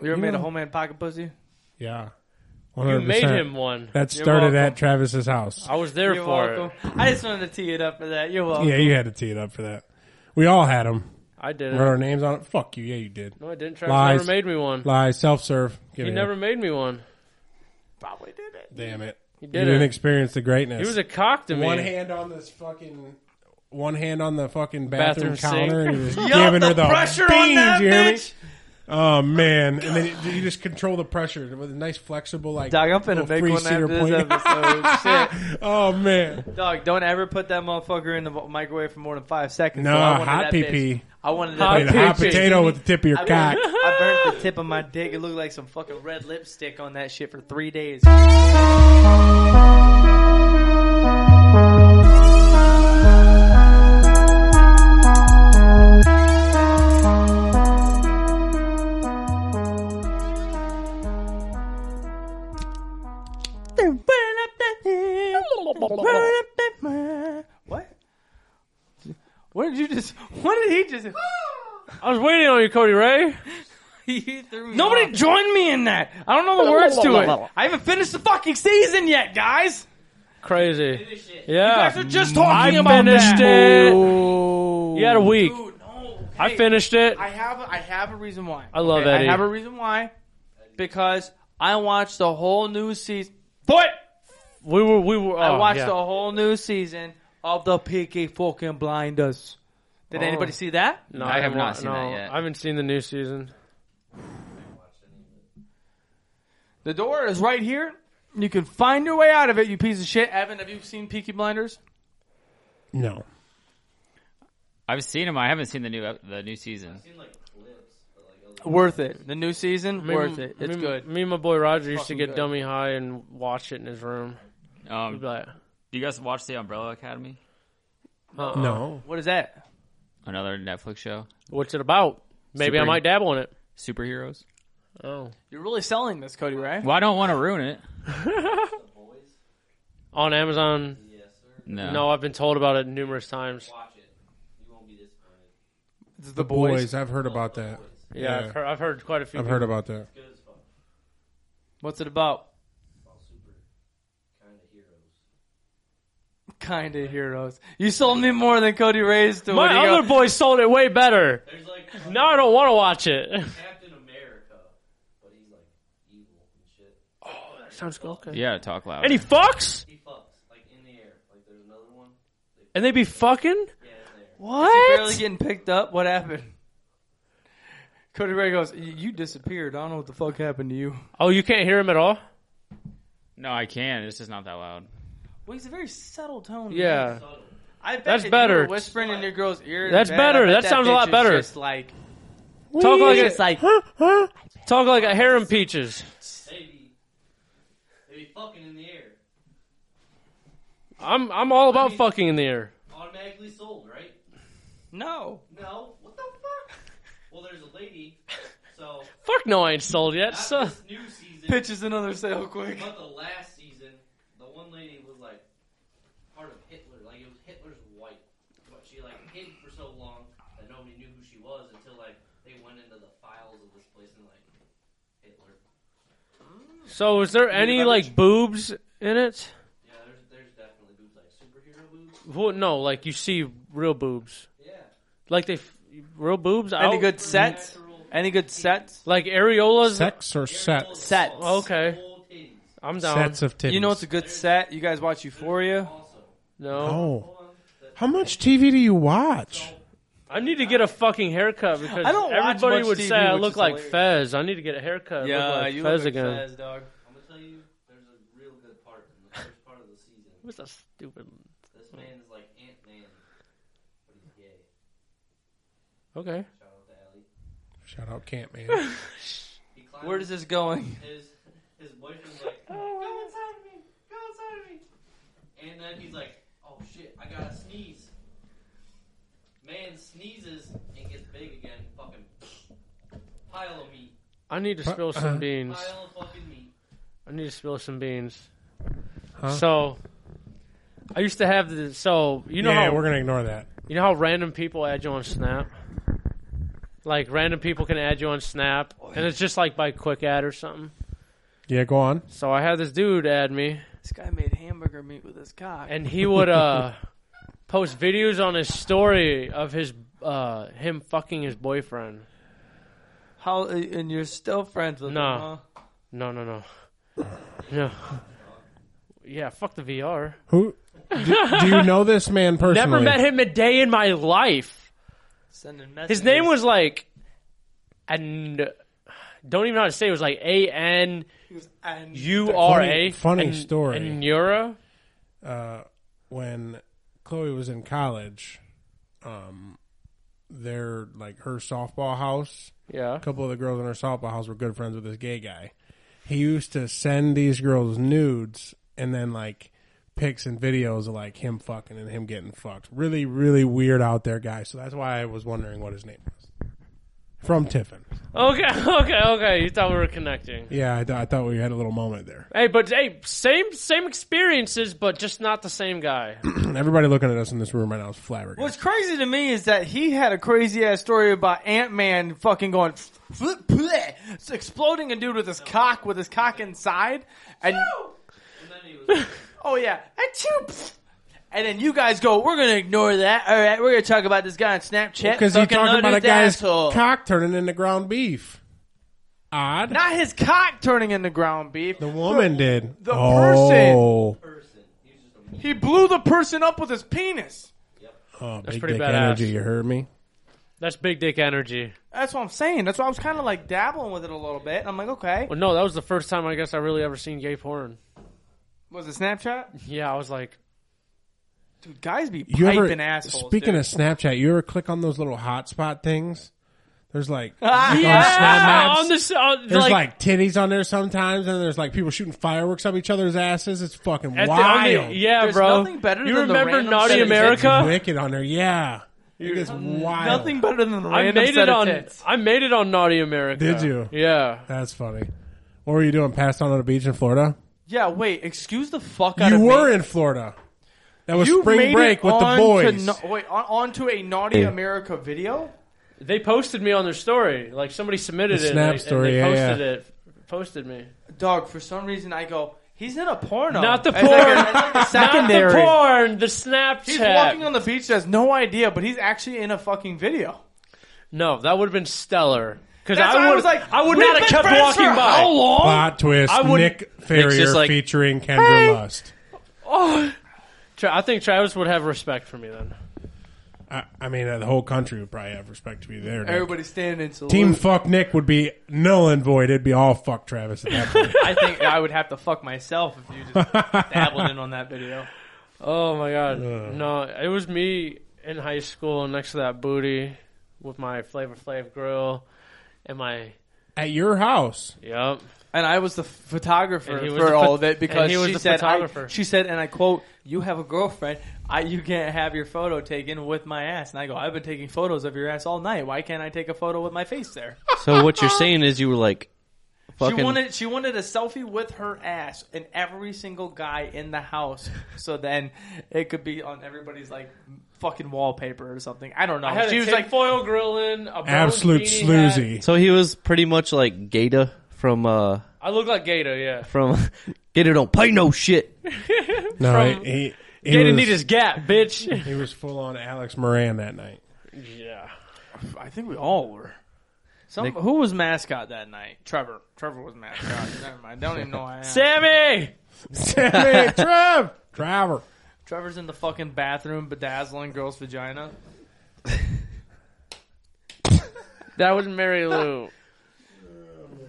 You ever You made a know- homemade pocket pussy? Yeah. You 100%. made him one. That You're started at welcome. Travis's house. I was there You're for it. welcome. I just wanted to tee it up for that. You're welcome. Yeah, you had to tee it up for that. We all had them. I did Wrote it. our names on it. Fuck you. Yeah, you did. No, I didn't. Travis Lies. never made me one. Lie. Self serve. He never made me one. probably did it. Damn it. He You did didn't it. experience the greatness. He was a cock to me. one hand on this fucking. One hand on the fucking bathroom, Bathroom sink. counter, and he was Yup, giving her the pressure beans, on that you hear me? bitch. Oh man! And then you- you just control the pressure with a nice flexible like. Dog, I'm finna little make one after three-seater this point. episode. oh man! Shit. Dog, don't ever put that motherfucker in the microwave for more than five seconds. No, so I wanted hot that pee bitch. pee. I wanted Hot that Played a hot bitch. potato with the tip of your I, cock. burnt, I burnt the tip of my dick. It looked like some fucking red lipstick on that shit for three days. What? What did you just? What did he just? I was waiting on you, Cody Ray. he threw me Nobody off. joined me in that. I don't know the words to it. I haven't finished the fucking season yet, guys. Crazy. You Yeah. guys are just talking I about finished that. it. You had a week. Dude, no. I Hey, finished it. I have. I have a reason why. I love Eddie. I have a reason why because I watched the whole new season. But We were. We were. I oh, watched yeah. the whole new season of the Peaky fucking Blinders. Did Oh. anybody see that? No, I have haven't not wa- seen no, that yet. I haven't seen the new season. The door is right here. You can find your way out of it, you piece of shit. Evan, have you seen Peaky Blinders? No, I've seen him. I haven't seen the new ep- the new season. Worth it. The new season, Me- worth it. It's me- good. Me and my boy Roger used to Fucking get good. dummy high and watch it in his room. We'd Um, be like, do you guys watch the Umbrella Academy? uh-uh. no. What is that? Another Netflix show. What's it about? Maybe I Super- might dabble in it. Superheroes. Oh, You're really selling this, Cody, right? Well, I don't want to ruin it. on Amazon. No. No, I've been told about it numerous times. It's the Boys. I've heard about that. Yeah, I've, heard, I've heard quite a few. I've heard about that. What's it about? Kind of heroes. You sold me more than Cody Ray's to My when he other go- boy sold it way better. now I don't want to watch it. Captain America, but he's like evil and shit. Oh, that sounds cool. Okay. Yeah, talk loud. And he fucks. He fucks like in the air. Like there's another one. And they be fucking. barely What? getting picked up. What happened? Cody Ray goes, "Y- "You disappeared. I don't know what the fuck happened to you." Oh, you can't hear him at all. no, I can. It's just not that loud. Well, he's a very subtle tone. Yeah. I bet That's if you were better. Whispering in your girl's ear. in That's bed, better. I bet That sounds a lot bitch is better. Just like Talk like just a, like talk like a harem peaches. I'm I'm all about fucking in the air. automatically sold, right? no. No. What the fuck? Well, there's a lady. So Fuck no, I ain't sold yet. not So this new season, Pitches another sale quick. but the last season, the one lady was like part of Hitler. Like it was Hitler's wife, but she like hid for so long that nobody knew who she was until like they went into the files of this place and like Hitler. so is there any like boobs in it? Yeah, there's there's definitely boobs like superhero boobs. Who- No, like you see real boobs, Yeah. like they f- real boobs. Any out? good sets? Any good sets? Like areolas. Sex or sets? Sets. Okay, Full titties. I'm down. Sets of titties. You know what's a good set? You guys watch Euphoria? Also, no, Oh. How much TV do you watch? I need to get a fucking haircut because I don't watch everybody much would TV, say I which look is like hilarious. Fez. I need to get a haircut. and look like Fez again. dog. I'm gonna tell you, there's a real good part in the first part of the season. What's that stupid? This man is like Ant Man, but he's gay. Okay, Shout out to Ellie. Shout out Camp Man. He climbs Where is this going? his his boyfriend's like, go inside of me, go inside of me. And then he's like, oh shit, I gotta sneeze. Man sneezes and gets big again. Fucking pile of meat, I need to Huh? uh-huh. spill some beans. pile of fucking meat. I need to spill some beans. Huh? So, I used to have the so you know yeah, how we're gonna ignore that. you know how random people add you on Snap. Like random people can add you on Snap, and it's just like by quick add or something. Yeah, go on. So I had this dude add me, This guy made hamburger meat with his cock. and he would uh, post videos on his story of his uh, him fucking his boyfriend. How? uh, And you're still friends with No. him? Huh? No, no, no, no. Yeah, fuck the VR. Who do, do you know this man personally? Never met him a day in my life. Sending messages. His name was like, and don't even know how to say. It It was like A N He was- and U R Funny- A. funny story. And Euro. when Chloe was in college. Um, their like her softball house. Yeah. A couple of the girls in her softball house were good friends with this gay guy. He used to send these girls nudes and then like pics and videos of like him fucking and him getting fucked. Really, really weird out there guy. So that's why I was wondering what his name was. From Tiffin. Okay, okay, okay. You thought we were connecting. Yeah, I, th- I thought we had a little moment there. Hey, but hey, same same experiences, but just not the same guy. Everybody looking at us in this room right now is flabbergasted. What's crazy to me is that he had a crazy ass story about Ant Man fucking going flip, bleh, exploding a dude with his cock with his cock inside, And and then he was oh yeah, Achoo! and then you guys go, we're gonna ignore that. All right, we're gonna talk about this guy on Snapchat Because fucking he's talking about a another guy's asshole. cock turning into ground beef. Odd. not his cock turning into ground beef. the woman did. the oh, person. He was just a He blew the person up with his penis. Oh, big pretty dick badass. energy. You heard me. That's big dick energy. That's what I'm saying. That's why I was kind of like dabbling with it a little bit. I'm like, okay, Well, no, that was the first time I guess I really ever seen gay porn. was it Snapchat? Yeah, I was like, Dude, guys be You piping ever, assholes. Speaking dude. of Snapchat, you ever click on those little hotspot things? There's like, Ah, like, on yeah, Snap Maps, on this, on, there's like, like, titties on there sometimes, and there's like people shooting fireworks up each other's asses. It's fucking at the- on wild. the- yeah, There's bro. nothing better you than the remember random Naughty shit that It's America? wicked on there. Yeah, it is wild. Nothing better than the I random made set it of on. tits. I made it on Naughty America. Did you? Yeah. That's funny. What were you doing? Passed out on a beach in Florida? Yeah, wait. Excuse the fuck out you of me. were in Florida. That was You made spring it break with the on boys. To, na- wait, on, onto a Naughty America video? They posted me on their story. Like somebody submitted The it. Snap and they, story, yeah, And they yeah. posted it. Posted me. Dog, for some reason I go, he's in a porno. Not the It's like a- it's porn. like a Not the secondary. porn. The Snapchat. He's walking on the beach, has no idea, but he's actually in a fucking video. No, that would have been stellar. Because That's why I, I would- was like, I would we've not been have kept friends walking for by. how long? Plot twist: I wouldn't- Nick Ferrier like, featuring Kendra Lust. Tra- I think Travis would have respect for me then. I, I mean, uh, the whole country would probably have respect to be there. Nick. Everybody's standing in salute. Team fuck Nick would be null and void. It'd be all fuck Travis at that point. I think I would have to fuck myself if you just dabbled in on that video. Oh my god. No, it was me in high school next to that booty with my Flavor Flav grill and my at your house, yep. And I was the photographer And he was for the all pho- of it because and he was she the said, I, photographer. she said, and I quote, "You have a girlfriend. I, you can't have your photo taken with my ass." And I go, "I've been taking photos of your ass all night. Why can't I take a photo with my face there?" So what you're saying is you were like, she wanted she wanted a selfie with her ass and every single guy in the house. So then it could be on everybody's like fucking wallpaper or something. I don't know. I had she a was like, foil grill in a absolute sleazy. sloozy. So he was pretty much like Gata from uh I look like Gator, yeah. from Gata don't pay no shit. No, From- he, he, he, Gator was, need his gap, bitch. he was full on Alex Moran that night. yeah. I think we all were. Some, who was mascot that night? Trevor. Trevor was mascot. Never mind. Don't even know who I am. Sammy! Sammy, Trev, Trevor. Trevor's in the fucking bathroom bedazzling girl's vagina. That was Mary Lou.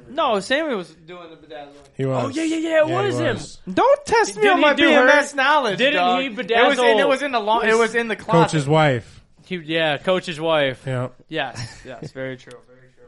No, Sammy was doing the bedazzling. He was. Oh, yeah, yeah, yeah, it he was him. Don't test me Didn't on my he do BMS her? knowledge. Didn't dog. he It was in, bedazzle- it was in the long. It was in the closet. Coach's wife. he, yeah, coach's wife. Yeah. Yes, yes, very true, very true.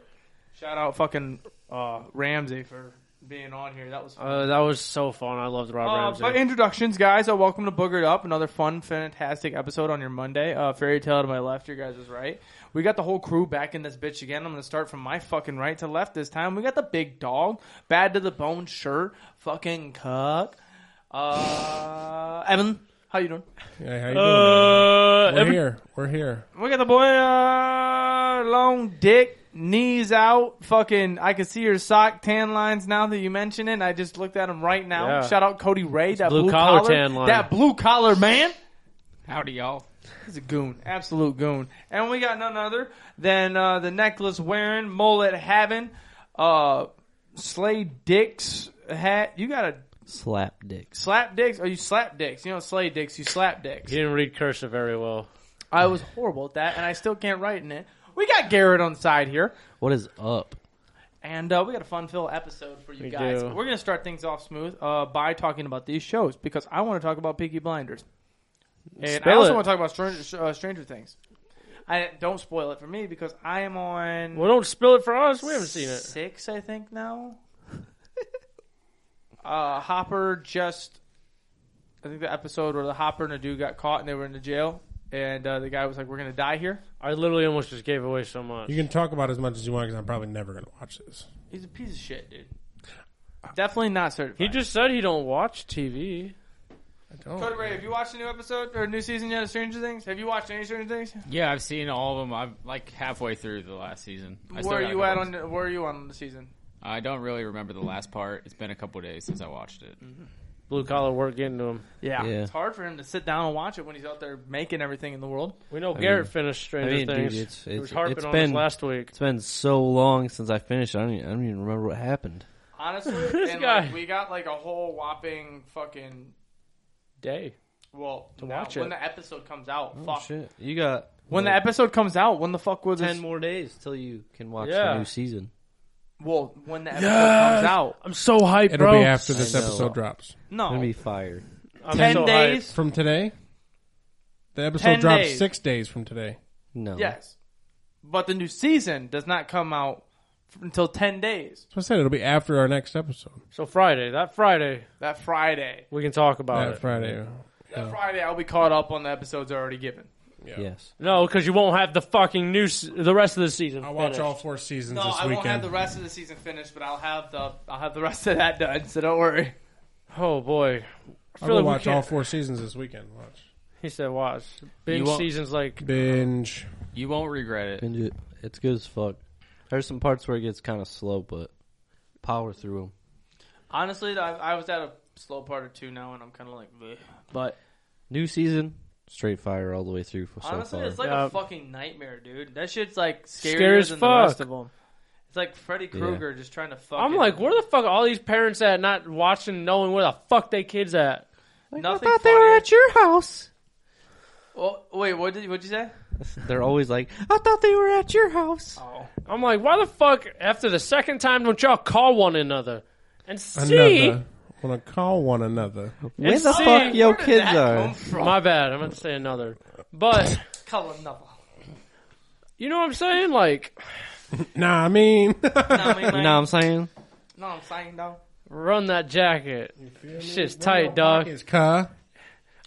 Shout out fucking uh, Ramsey for being on here. That was fun. Uh, that was so fun. I loved Rob Uh, Ramsey. but introductions, guys. Uh, welcome to Boogered Up, another fun, fantastic episode on your Monday. Uh, fairy tale to my left, your guys is right. We got the whole crew back in this bitch again. I'm gonna start from my fucking right to left this time. We got the big dog, bad to the bone shirt, fucking cuck. Uh, Evan, How you doing? Hey, how you doing? man? Uh, We're every- here. We're here. We got the boy, uh, long dick, knees out, fucking, I can see your sock tan lines now that you mention it. I just looked at him right now. Yeah. Shout out Cody Ray, that blue blue, collar collar, tan line. That blue collar man. Howdy, y'all. He's a goon, absolute goon. And we got none other than, uh, the necklace wearing, mullet having, uh, Slade Dicks hat. You got a Slap dicks. slap dicks? Are you slap dicks? You know, Slade Dicks, you slap dicks. he didn't read cursive very well. I was horrible at that, and I still can't write in it. We got Garrett on the side here. What is up? And uh, we got a fun fill episode for you We guys. do. We're going to start things off smooth uh, by talking about these shows because I want to talk about Peaky Blinders. And I Spill also it. want to talk about Stranger, uh, Stranger Things. I Don't spoil it for me because I am on Well, don't spill it for us. We haven't seen it. six, I think, now. uh, Hopper just. I think the episode where the Hopper and the dude got caught and they were in the jail. And uh, the guy was like, we're going to die here. I literally almost just gave away so much. You can talk about as much as you want because I'm probably never going to watch this. He's a piece of shit, dude. Definitely not certified. He just said he don't watch TV. I don't. Cody Ray, have you watched a new episode or a new season yet of Stranger Things? Have you watched any Stranger Things? Yeah, I've seen all of them. I'm like halfway through the last season. I still where are got a you couple at episodes. on? Where are you on the season? I don't really remember the last part. It's been a couple days since I watched it. Blue collar work getting to him. Yeah. it's hard for him to sit down and watch it when he's out there making everything in the world. We know I Garrett mean- finished Stranger I mean, dude, Things. it's- he it's- was harping it's on been- this last week. It's been so long since I finished. I don't even, I don't even remember what happened. Honestly, This and guy. Like, we got like a whole whopping fucking Day. well to watch when it. the episode comes out. Oh fuck. shit! You got When the like, episode comes out, when the fuck was ten it? more days till you can watch Yeah. the new season. Well, when the episode comes out, I'm so hyped, It'll bro. be after this I know. episode drops. I'm gonna no, be fired. I'm ten so hyped. days. From today? The Ten episode drops days. six days from today. No. Yes, but the new season does not come out f- until ten days. So I said it'll be after our next episode. So Friday, that Friday, That Friday. we can talk about That it. Friday. That Friday, I'll be caught up on the episodes already given. Yes. No, because you won't have the fucking new s- the rest of the season. I'll watch finished. all four seasons No, this I weekend. won't have the rest of the season finished, but I'll have the I'll have the rest of that done. So don't worry. Oh boy, I I'll feel go like we watch all can't. four seasons this weekend. Watch. He said, "Watch binge You won't- seasons like Binge. You won't regret it. Binge it. It's good as fuck. There's some parts where it gets kind of slow, but power through them. Honestly, I, I was at a slow part or two now, and I'm kind of like, bleh. but New season, straight fire all the way through for so honestly, far. it's like Yeah. a fucking nightmare, dude. That shit's like scarier Scary as than fuck. the rest of them. It's like Freddy Krueger just trying to fuck. I'm like, where the fuck are all these parents at? Not watching, knowing where the fuck they kids at. nothing. funnier. your house. Oh, wait, what did what'd you say? They're always like, I thought they were at your house. Oh, I'm like, why the fuck? After the second time, don't y'all call one another and see? Another. Want to call one another. Where And the see- fuck your Where did kids that are? come from? My bad. I'm going to say another, but Call another. you know what I'm saying? Like, Nah, I mean. No, I mean, You like, know what I'm saying? no, I'm saying though. run that jacket. Shit's tight, dog. His car.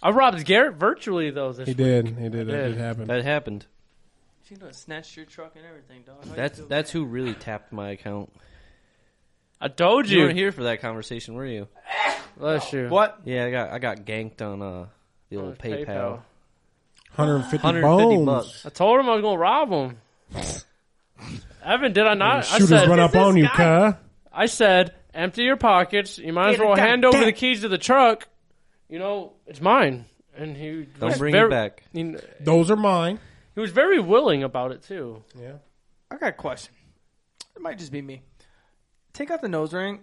I robbed Garrett virtually though. This He did. He did. It did. did happen. That happened. She done snatched your truck and everything, dog. How you That's feel? that's who really tapped my account. I told You you. weren't here for that conversation, were you? Bless you. what? Oh, Yeah, I got I got ganked on uh the old PayPal. 150, 150 bones. bucks. I told him I was gonna rob him. Evan, did I not? I Shooters said, run up on you, car. I said, empty your pockets. You might as Get it well done, hand over done. the keys to the truck. You know, it's mine. And he Don't was bring very, it back. He, Those are mine. he was very willing about it too. Yeah. I got a question. It might just be me. Take out the nose ring,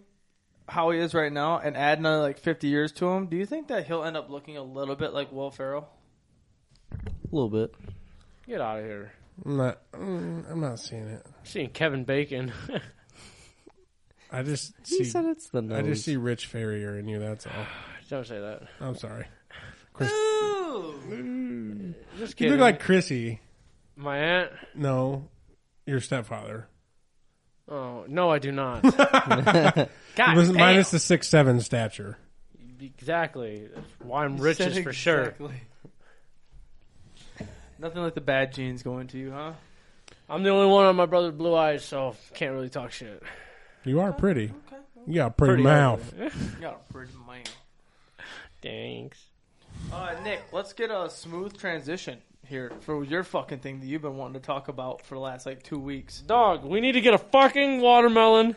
how he is right now, and add another like 50 years to him. Do you think that he'll end up looking a little bit like Will Ferrell? A little bit. Get out of here. I'm not, mm, I'm not seeing it. I'm seeing Kevin Bacon. I just He see. said it's the nose. I just see Rich Ferrier in you. That's all. Don't say that. I'm sorry. Just You kidding. look like Chrissy. my aunt. No, your stepfather. Oh no, I do not. God It was Ah, damn. minus the six seven stature. exactly. That's why I'm rich is for sure. Nothing like the bad genes going to you, huh? I'm the only one on my brother's blue eyes, so can't really talk shit. You are pretty. You got a pretty, mouth. You got a pretty man. Thanks. Uh, Nick, let's get a smooth transition here for your fucking thing that you've been wanting to talk about for the last like two weeks. Dog, we need to get a fucking watermelon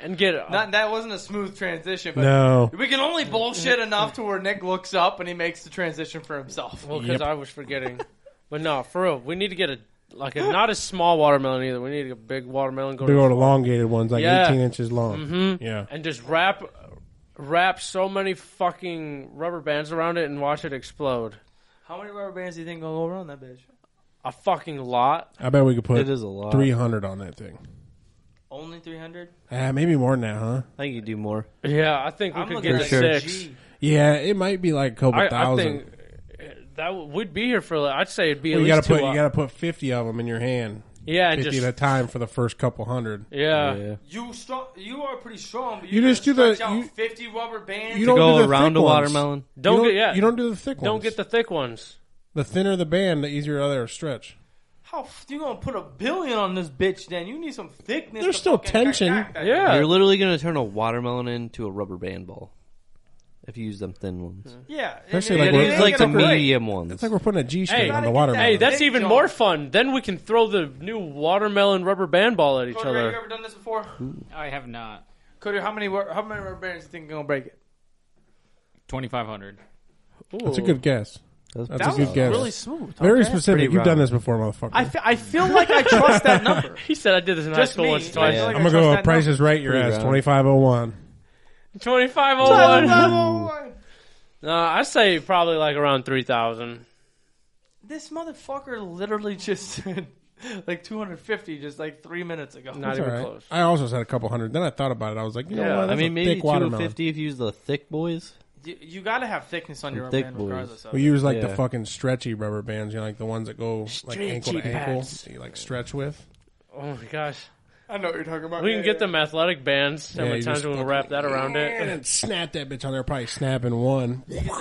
and get a, Not that wasn't a smooth transition, but No. we can only bullshit enough to where Nick looks up and he makes the transition for himself. Well, because Yep. I was forgetting. but no, for real, we need to get a like a not a small watermelon either. We need to get a big watermelon. Go Big to- old elongated ones, like Yeah. Mm-hmm. 18 inches long. Yeah. and just wrap wrap so many fucking rubber bands around it and watch it explode. How many rubber bands do you think gonna go around that bitch? A fucking lot. I bet we could put It is a lot. 300 on that thing. Only three hundred. Ah, maybe more than that, huh? I think you do more. Yeah, I think we I'm could looking get at sure. six. G. Yeah, it might be like a couple I, I thousand. think that w- we'd be here for. like, I'd say it'd be Well, at you gotta least two. put you hou- gotta put 50 of them in your hand, yeah, and 50 just at a time for the first couple hundred. yeah. yeah. You strong. You are pretty strong, but You you, just do the- stretch out you- fifty rubber bands. you To don't do go the around thick a ones. watermelon. Don't, you don't get yeah. You don't do the thick don't ones. get the thick ones. the thinner the band, the easier the other stretch. How f- you gonna put a billion on this bitch? Then you need some thickness. There's to still fucking- tension. Yeah. You're literally gonna turn a watermelon into a rubber band ball if you use them thin ones. Yeah, Especially And like it when- It's ain't like the gonna break. medium ones. It's like we're putting a G string Hey, on gotta the get watermelon. that- Hey, that's Big even John. more fun. Then we can throw the new watermelon rubber band ball at each Cody, have you other. ever done this before? I have not. Cody, how many wor- how many rubber bands do you think are gonna break it? Twenty five hundred. That's a Ooh. good guess. That's That's a good guess. smooth. Very okay. specific. Pretty You've done round. this before, motherfucker. I, fe- I feel like I trust that number. He said I did this in high Just school me. once or I twice. feel like am I gonna trust go that with prices right your Pretty ass. round. 2501. Twenty five number. oh one. Oh, No, I say probably like around three thousand. This motherfucker literally just said like 250 just like three minutes ago. Not That's even all right. close. I also said a couple hundred. Then I thought about it. I was like, you know Yeah, what? I That's I mean, a maybe thick watermelon. 250 if you use the thick boys. You, you got to have thickness on your rubber Thick band boys. regardless of We it. use like the Yeah. fucking stretchy rubber bands, you know, like the ones that go like ankle to Stretchy ankle, pads. that you like stretch with. Oh my gosh, I know what you're talking about. we Yeah, can get yeah. them athletic bands. How Yeah, many you times just we'll fucking- wrap that And around it? then snap that bitch on there, probably snapping one. that metal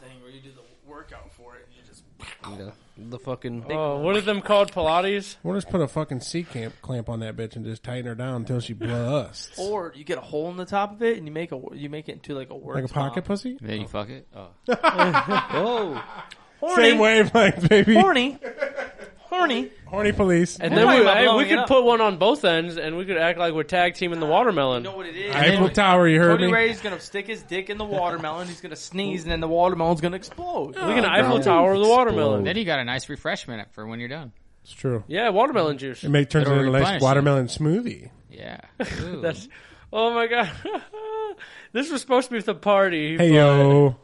thing where you do the workout for it and you just The fucking Oh, what are them called? Pilates? We'll just put a fucking C camp clamp on that bitch and just tighten her down until she busts. or you get a hole in the top of it and you make a you make it into like a work like a pocket pussy? Then you fuck it. Oh. Whoa! Oh. horny, Same wavelength, baby. horny, horny. Horny police. And We're then talking we, about hey, we blowing it could up. put one on both ends, and we could act like we're tag teaming the watermelon. You know what it is? Eiffel Tower, you heard Cody me? Ray's gonna stick his dick in the watermelon. He's gonna sneeze, and then the watermelon's gonna explode. we can Oh, Eiffel God. Tower the Explode. watermelon. Then you got a nice refreshment for when you're done. It's true. Yeah, watermelon juice. It make, turns it It'll into a nice replenish watermelon smoothie. Yeah. That's oh my god. this was supposed to be for the party. Hey, but- yo.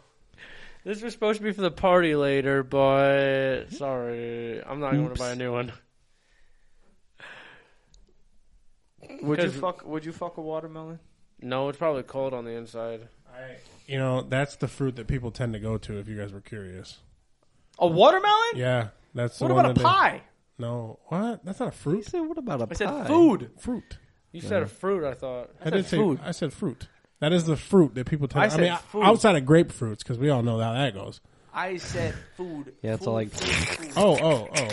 This was supposed to be for the party later, but sorry, I'm not going to Oops. buy a new one. Would you 'Cause- fuck? Would you fuck a watermelon? No, it's probably cold on the inside. You know, that's the fruit that people tend to go to if you guys were curious. A watermelon? Yeah. That's the what one about a that they- pie? No. What? That's not a fruit. Say, what about a I said pie? food. Fruit. You said a fruit, I thought. I, didn't say food. I said fruit. That is the fruit that people tend I I, said mean, food. outside of grapefruits, because we all know how that goes. I said food. Yeah, it's Food, all like- food, food. Oh, oh, oh.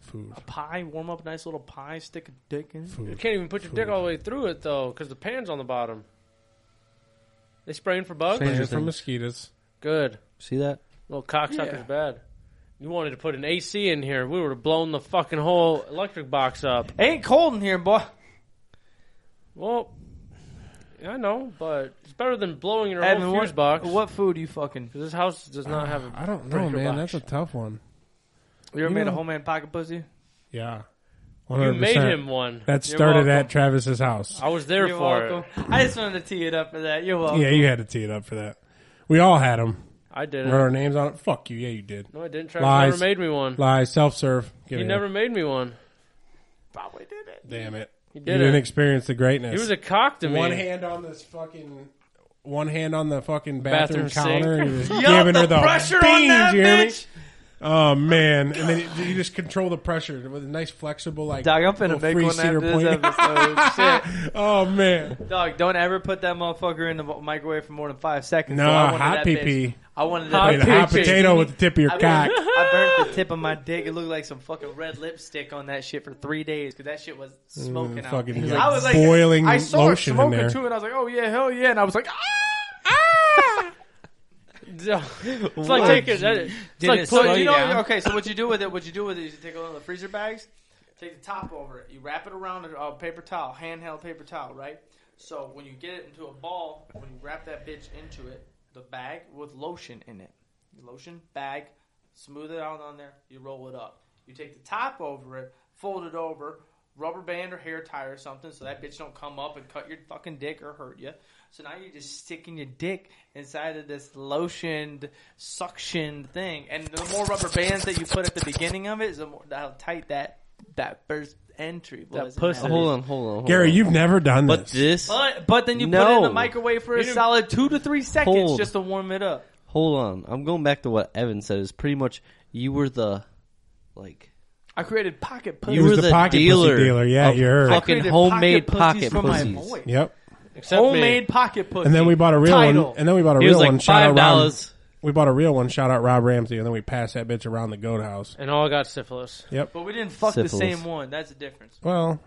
Food. pie. Warm up a nice little pie. Stick a dick in. it. You Food. can't even put your dick all the way through it though, because the pan's on the bottom. They spraying for bugs. Spraying. Praying for Interesting. mosquitoes. Good. See that? Little cocksucker's bad. You wanted to put an AC in here. We would have blown the fucking whole electric box up. Ain't cold in here, boy. Well, I know, but it's better than blowing your Edmund, whole fuse what, box. what food you fucking? 'Cause This house does not have a. I don't know, breaker man. box. That's a tough one. You ever You made a know- homemade pocket pussy? Yeah. you 100%. made him one. That You're started welcome. at Travis's house. I was there You're for it. welcome. I just wanted to tee it up for that. You're welcome. Yeah, you had to tee it up for that. We all had them. I did Wrote it. our names on it. Fuck you. Yeah, you did. No, I didn't. Travis Lies. never made me one. Lie. Self serve. He never made me one. probably did it. Damn it. You, did didn't it. experience the greatness. He was a cock to me. one hand on this fucking. One hand on the fucking bathroom, Bathroom sink. counter, and he was Yup, giving her the pressure on beans, that you hear me? bitch. Oh man! And then you- you just control the pressure with a nice flexible like. Dog, I'm finna little make one three-seater after this plane. episode. Shit. Oh man! Dog, don't ever put that motherfucker in the microwave for more than five seconds. No, so I wanted hot that pee bitch- pee. I wanted Hot that Playing a bitch. hot pee-pee. potato with the tip of your I cock. burnt, I burnt the tip of my dick. It looked like some fucking red lipstick on that shit for three days because that shit was Mm, smoking out. fucking, I like, was boiling I saw lotion in it smoking there. too, and I was like, oh yeah, hell yeah, and I was like, ah, it's like taking uh, that. It's Did like put, it slow you you know, down. okay. So what you do with it? What you do with it? is You take one of the freezer bags, take the top over it, you wrap it around a uh, paper towel, handheld paper towel, right? So when you get it into a ball, when you wrap that bitch into it, the bag with lotion in it, lotion bag, smooth it out on there. You roll it up. You take the top over it, fold it over, rubber band or hair tie or something, so that bitch don't come up and cut your fucking dick or hurt you. So now you're just sticking your dick inside of this lotioned, suctioned thing, and the more rubber bands that you put at the beginning of it, is the more how tight that that first entry was. in pussy. Oh, Hold on, hold on, hold Gary, on. you've never done But this. this, But but then you put it in the No. microwave for a You didn't- solid two to three seconds Hold. just to warm it up. hold on. I'm going back to what Evan said. Is pretty much you were the, like, I created pocket pussy. you was were the the, pocket pussy dealer, dealer. Yeah, of you heard. I fucking homemade pocket for pussies. my boy. Yep. Except Homemade Me. pocket pussy. And then we bought a real Title. one. And then we bought a He real was like one. Shout out Rob. $5. We bought a real one. Shout out Rob Ramsey. And then we passed that bitch around the goat house. And all got syphilis, Yep. but we didn't fuck the Syphilis. same one. That's the difference. Well,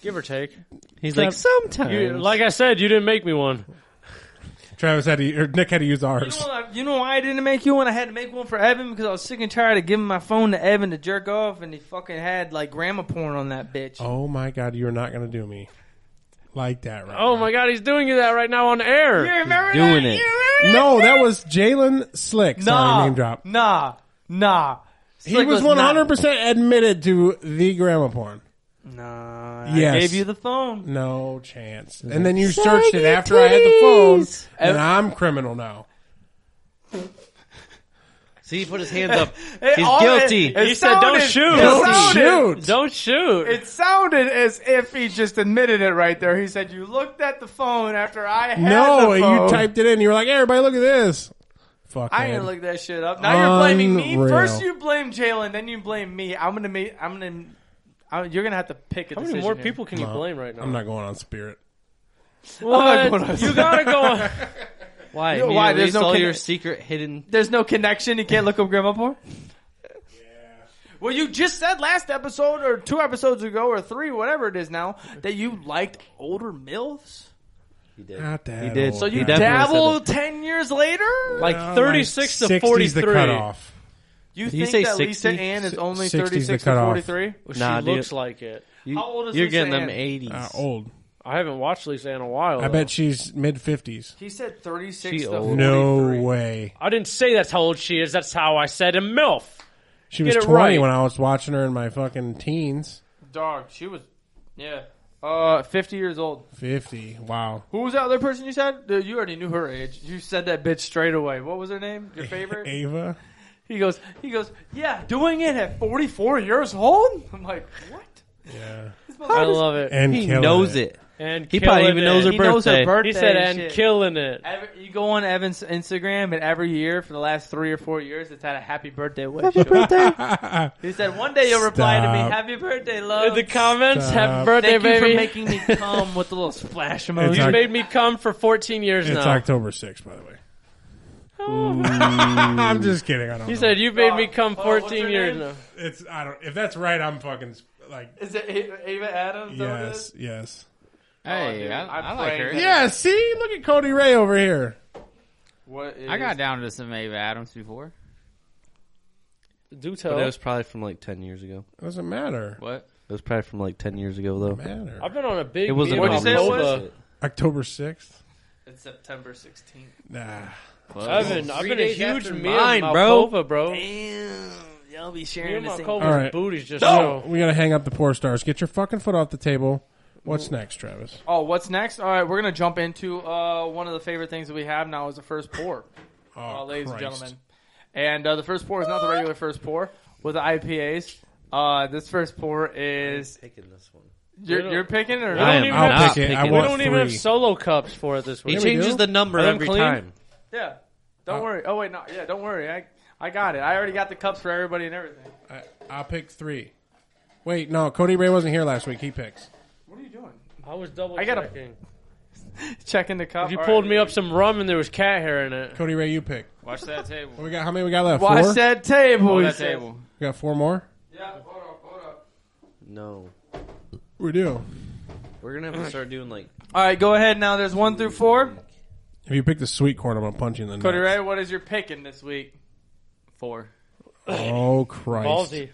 give or take. He's Trav- like sometimes. You, like I said, you didn't make me one. Travis had to, or Nick had to use You ours. know, why- you know why I didn't make you one? I had to make one for Evan because I was sick and tired of giving my phone to Evan to jerk off, and he fucking had like grandma porn on that bitch. Oh my god, you're not gonna do me like that, right? Oh my god, he's doing that right now on air. You remember doing that? it. You remember No, that was Jalen Slick. Sorry, Nah, name drop. Nah, nah. He was one hundred percent admitted to the grandma porn. Nah, Yes. I gave you the phone. No chance. And then you searched it after I had the phone, and I'm criminal now. See, he put his hands up. It- He's all- guilty. it- it He said, "Don't sounded- shoot." it Don't sounded- Shoot. Don't shoot. It sounded as if he just admitted it right there. He said, "You looked at the phone after I had No, the phone." you typed it in. You were like, hey, "Everybody, look at this." Fuck. I man. didn't look that shit up. Now you're blaming Unreal. me. First you blame Jalen, then you blame me. I'm gonna make. I'm gonna. I'm, you're gonna have to pick a How many decision more here. people can you blame right now? I'm not going on spirit. I'm not What? going on- you gotta go. on- Why? You know You why? There's There's no all conne- your secret hidden. There's no connection. You can't look up grandma porn. Well, you just said last episode or two episodes ago or three, whatever it is now, that you liked older milfs. He did. Not that. He did. old. So you He definitely said dabble ten years later. Like Uh, 36 to 60's 43. The cutoff. You Did you think say that 60? Lisa Ann is only 60's the 36 to cutoff. 43? Well, she Nah, dude. looks like it. You, How old is You're this getting man? them 80s. Uh, old. I haven't watched Lisa in a while. I though. bet she's mid fifties. He said 36 She to old. 43. No way. I didn't say that's how old she is. That's how I said a milf. She was Get it twenty right. when I was watching her in my fucking teens. Dog, she was, yeah, uh, 50 years old. Fifty. Wow. Who was that other person you said? Dude, you already knew her age. You said that bitch straight away. What was her name? Your favorite? Ava. he goes, he goes, yeah, doing it at 44 years old? I'm like, what? Yeah. I love it. And He killing knows it. And He probably killing even it. knows her He birthday. knows her birthday. He said, and and shit." killing it. Every, you go on Evan's Instagram, and every year for the last three or four years, it's had a happy birthday wish. he said, one day you'll reply to me, Stop. happy birthday, In love. the comments, Stop. happy birthday, Thank you baby. for making me come with a little splash emoji. It's You've Oc- made me come for 14 years It's now. October sixth, by the way. I'm just kidding. I don't. He know. said, "You've made me Dog. come Oh, what's 14 her years name? now." "It's I don't." If that's right, I'm fucking like Is it Ava, Ava Adams? that what it yes, is? yes, Hey, dude, I, I'm I like praying her. that- yeah. See, look at Cody Ray over here. What is I got down to some Ava Adams before. Do But tell. it was probably from like 10 years ago. It doesn't matter. What? It was probably from like 10 years ago, though. Matter. I've been on a big. It wasn't. what What'd you you say? say it Nova. was? October sixth. It's September 16th. Nah. I've been, I've Three been a days huge after me and mine, bro. Malkova, bro. Me Damn. Y'all be sharing and the same. Malkova's All right. booties just So so. we gotta hang up the poor stars. Get your fucking foot off the table. What's next, Travis? Oh, what's next? All right, we're going to jump into uh, one of the favorite things that we have now is the first pour, Oh, uh, ladies Christ. and gentlemen. And uh, the first pour is not the regular first pour with the IPAs. Uh, this first pour is Picking this one. you're, you're picking or I not? am I'll not pick it. I picking We want don't even have three. solo cups for it this He week. we changes do? the number Are them every clean? time. Yeah. Don't Uh, Oh. worry. Oh wait, no. Yeah, don't worry. I I got it. I already got the cups for everybody and everything. I, I'll pick three. Wait, no, Cody Ray wasn't here last week. He picks. What are you doing? I was double I gotta- checking. Checking the cup. You All pulled right. me up some rum and there was cat hair in it. Cody Ray, you pick. Watch that table. What we got? How many we got left? Watch four. that table. Watch he that said. table. We got four more. Yeah, hold up, hold up. No. We do. We're going to have to start doing like. All right, go ahead now. There's one through four. If you pick the sweet corn, I'm gonna punch you in the Cody nuts. Ray, what is your picking this week? Four. Oh Christ! Ballsy.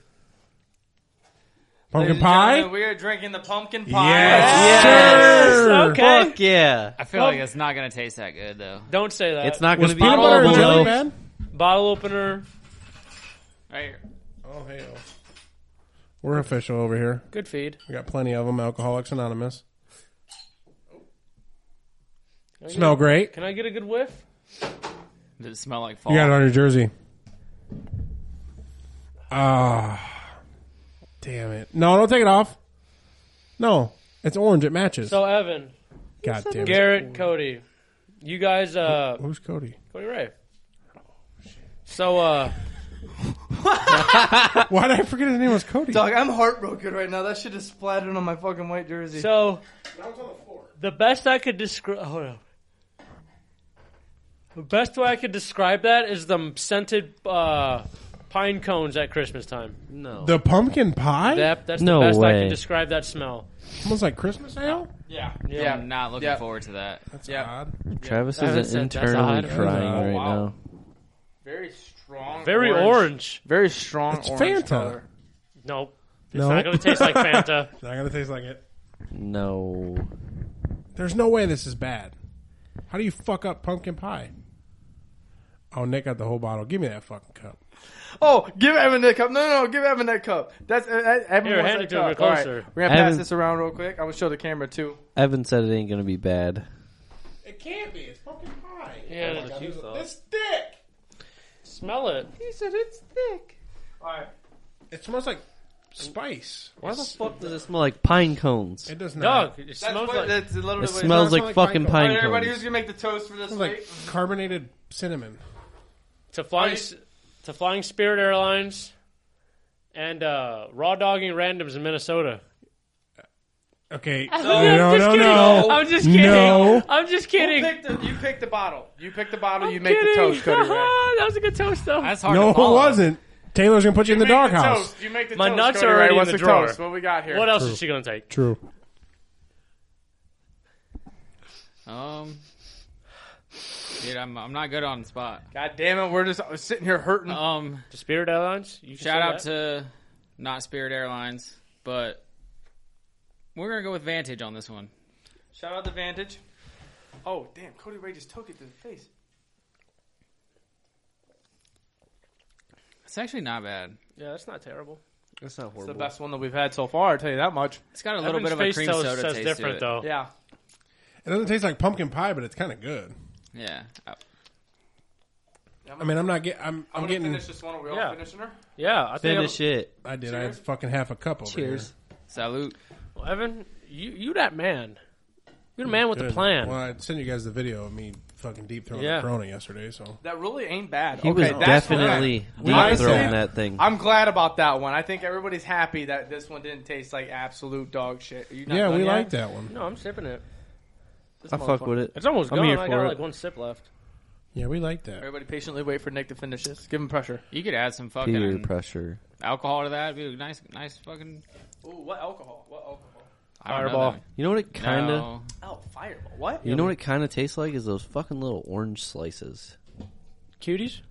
Pumpkin Ladies and gentlemen, pie. We are drinking the pumpkin pie. Yes, sir. Okay. Fuck yeah. I feel like it's not gonna taste that good though. Don't say that. It's not going Was to be peanut butter and jelly horrible. bad? Bottle opener. Right here. Oh hell! We're official over here. Good feed. We got plenty of them. Alcoholics Anonymous. Can I Smell get- great. Can I get a good whiff? Does it smell like fall? You got it on your jersey. Ah, damn it! No, don't take it off. No, it's orange. It matches. So Evan, God damn it! Garrett, Cody, you guys, uh, Who's Cody? Cody Ray. So uh, Why did I forget his name was Cody? Dog, I'm heartbroken right now. That shit is splattered on my fucking white jersey. so the best I could describe. Hold on. The best way I could describe that is the scented uh, pine cones at Christmas time. No. The pumpkin pie? That, that's No the best I way. can describe that smell. Smells like Christmas ale? yeah. Yeah, I'm not looking Yeah. forward to that. That's Yeah. odd. Travis Travis is said that's internally odd. crying Oh, right wow. now. Very strong. Very orange. Very strong It's orange Fanta. color. Nope. It's No. not going to taste like Fanta. Not gonna taste like it. No. There's no way this is bad. How do you fuck up pumpkin pie? Oh, Nick got the whole bottle. Give me that fucking cup. Oh, give Evan that cup. No, no, no, give Evan that cup. That's uh, uh, Evan Here, wants that hand it to him. cup. You're All right, closer. We're gonna pass Evan- this around real quick. I'm gonna show the camera too. Evan said it ain't going to be bad. It can't be. It's pumpkin pie. Oh Yeah, that's what you thought. It's thick. Smell it. He said it's thick. All right. It smells like spice. Why the fuck does it smell like pine cones? It, It does not. Dog, it That's smells what, like that's literally what smells does like, smell like fucking All pine pine right, cones. everybody, who's gonna make the toast for this It smells week? like carbonated cinnamon. to flying S- to flying Spirit Airlines and uh, raw dogging randoms in Minnesota. Okay. Oh, I'm no, just no, kidding. no. I'm just kidding. No. I'm just Who kidding. picked the, you pick the bottle. You pick the bottle. I'm you make kidding. the toast, Cody. Ray. that was a good toast though. That's hard. No, to it follow. wasn't. Taylor's gonna put you, in the You make doghouse. toast. You make the My toast. nuts Cody are already Ray, in what's the drawer. Toast? What we got here? what else is she gonna take? True. Um, dude, I'm I'm not good on the spot. God damn it, we're just uh, sitting here hurting. Uh, Um, To Spirit Airlines. You can shout say out that. to not Spirit Airlines, but we're gonna go with Vantage on this one. Shout out to Vantage. Oh damn, Cody Ray just took it to the face. It's actually not bad. yeah, that's not terrible. That's not It's horrible. the best one that we've had so far. I'll tell you that much. It's got a little Evan's bit of a face cream tells- soda says taste different to it. though. Yeah. It doesn't taste like pumpkin pie, but it's kind of good. Yeah, Uh, I mean, I'm not getting. I'm, I'm, I'm, gonna getting. finish this one. Are we all Yeah. finishing her? Yeah, I think Finish it. I did. I had Cheers. fucking half a cup over Cheers. salute. Well, Evan, you you that man. You're the man here. with the Good. plan. Well, I sent you guys the video of me fucking deep throwing Yeah. a Corona yesterday. So That really ain't bad. He okay, was that's what- definitely We deep honestly- throwing that thing. I'm glad about that one. I think everybody's happy that this one didn't taste like absolute dog shit. Are you not yeah, done we yet? like that one. no, I'm sipping it. This I fuck motherfucker- with it. It's almost I'm gone. here I for got it. like one sip left. Yeah, we like that. Everybody patiently wait for Nick to finish this. Give him pressure. You could add some Peer fucking pressure. alcohol to that. It'd be a nice, nice fucking Ooh, what alcohol? What alcohol? I don't know Fireball. that. You know what it kind of. No. Oh, fireball. What? You know what it kind of tastes like is those fucking little orange slices. Cuties.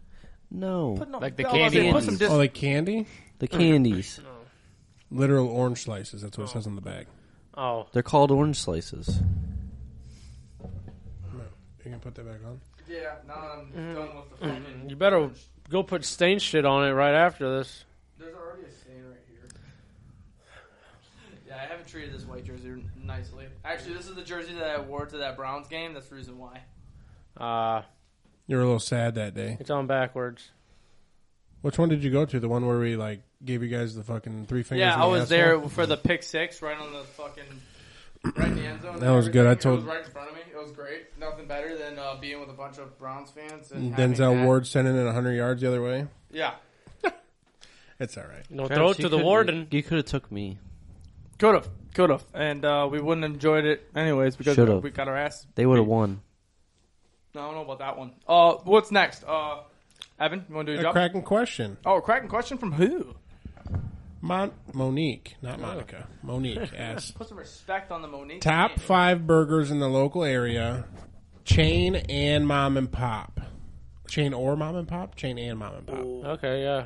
No, Put no- Like the I was gonna say, candy Put some ones. dis- Oh, like candy, the candies. literal orange slices. That's what it says on the bag. Oh, They're called orange slices. No, you can put that back on. yeah, now I'm done with the fucking. You better go put stain shit on it right after this. There's already a stain right here. Yeah, I haven't treated this white jersey nicely. Actually, this is the jersey that I wore to that Browns game. That's the reason why. Uh, You were a little sad that day. it's on backwards. Which one did you go to? The one where we like gave you guys the fucking three fingers. Yeah, in I the was asshole? there for the pick six, right on the fucking right in the end zone. and That was good. I everything. told- it was right in front of me. It was great. Nothing better than uh, being with a bunch of Browns fans and having Denzel that- Ward sending it 100 yards the other way. Yeah, It's all right. No, throw it to the warden. You could have took me. could have, could have, and uh, we wouldn't have enjoyed it anyways because Should've. we got our ass. They would have won. I don't know about that one. Uh, what's next? Uh, Evan, you want to do your A job? cracking question. oh, cracking question from who? Mon- Monique, not Monica. Monique asks Put some respect on the Monique. Top name. five burgers in the local area chain and mom and pop. Chain or mom and pop? Chain and mom and pop. Okay, yeah.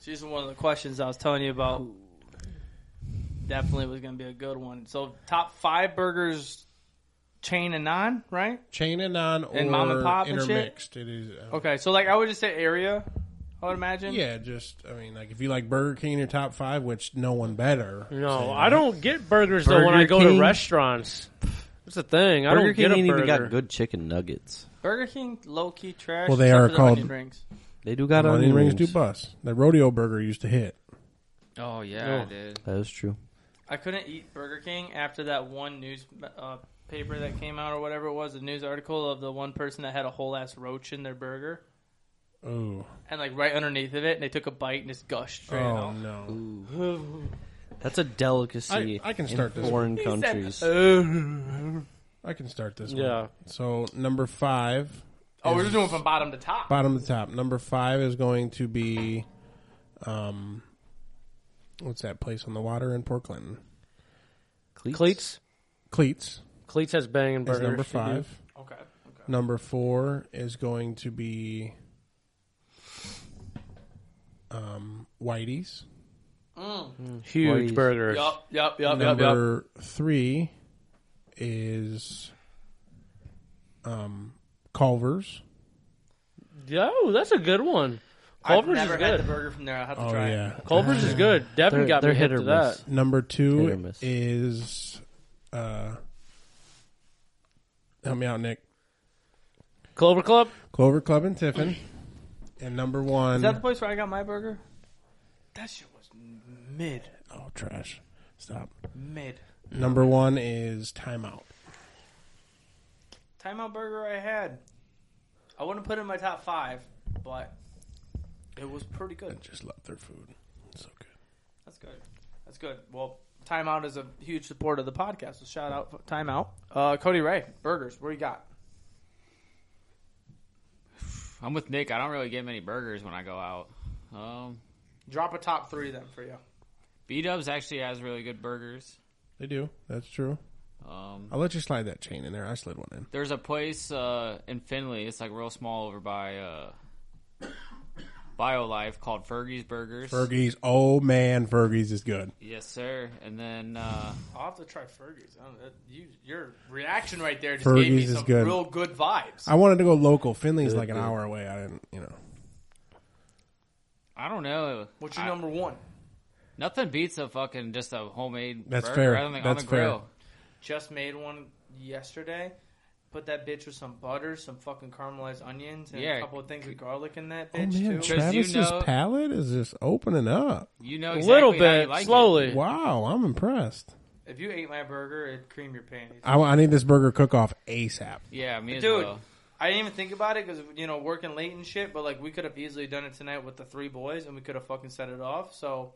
She's one of the questions I was telling you about. Definitely was going to be a good one. So, top five burgers, chain and non, right? Chain and non or And mom and pop and shit? intermixed. It is uh, Okay, so like I would just say area. I would imagine. Yeah, just I mean, like if you like Burger King in your top five, which no one better. No, So, I don't get burgers though when Burger I go King? to restaurants. That's the thing. I Burger don't get King a ain't even burger. got good chicken nuggets. Burger King, low key trash. Well, they except for are their called- onion rings. They do got Onion rings do rings. bust. That rodeo burger used to hit. Oh yeah, Oh. I did. That is true. I couldn't eat Burger King after that one news uh, paper that came out or whatever it was, the news article of the one person that had a whole ass roach in their burger, Ooh, and like right underneath of it, and they took a bite and just gushed oh straight out. Oh, no! That's a delicacy. I- I can start in this foreign He said- countries. I can start this one. Yeah. So number five, Oh, we're just doing from bottom to top. bottom to top. Number five is going to be, um, what's that place on the water in Port Clinton? Cleats? Cleats. Cleats Cleats has banging is burgers. number They do. five. Okay. okay. Number four is going to be, um, Whitey's. Mhm. Huge Whitey's. burgers. Yup, yup, yup, yup, yup. Number three is um, Culver's. Yo, that's a good one. I've Culver's never is had the good. burger from there. I have to Oh try. it. yeah. Culver's is good. Devin They're- got they're me hit hit to or that. miss. Number Hit or two miss. is uh, help me out, Nick. Clover Club. Clover Club and Tiffin. And number one, Is that the place where I got my burger? That shit was mid, oh trash, stop. mid. Number one is Timeout. Timeout burger I had. I wouldn't put it in my top five, but it was pretty I good. just love their food. It's so good. That's good. That's good. Well, Timeout is a huge supporter of the podcast. So shout out for Timeout. Uh, Cody Ray, burgers. What do you got? I'm with Nick. I don't really get many burgers when I go out. Um, Drop a top three then for you. B Dubs actually has really good burgers. They do. That's true. Um, I'll let you slide that chain in there. I slid one in. there's a place uh, in Findlay. It's like real small over by uh, BioLife called Fergie's Burgers. Fergie's. Oh man, Fergie's is good. Yes, sir. And then uh, I'll have to try Fergie's. I don't know, that- you, your reaction right there just gave me Fergie's is some good. real good vibes. I wanted to go local. Finley's Good, like an good. hour away. I didn't, you know. I don't know. What's your I- number one? Nothing beats a fucking just a homemade That's burger fair. On the, That's on the fair. grill. Just made one yesterday. Put that bitch with some butter, some fucking caramelized onions, and Yeah. a couple of things with garlic in that Oh bitch too. man, Travis's you know- palate is just opening up. You know A exactly Oh, little how you bit. like it. slowly. Wow, I'm impressed. If you ate my burger, it'd cream your panties. I, I need this burger cook off ASAP. Yeah, me as Dude, well. I didn't even think about it because you know working late and shit. But like we could have easily done it tonight with the three boys, and we could have fucking set it off. So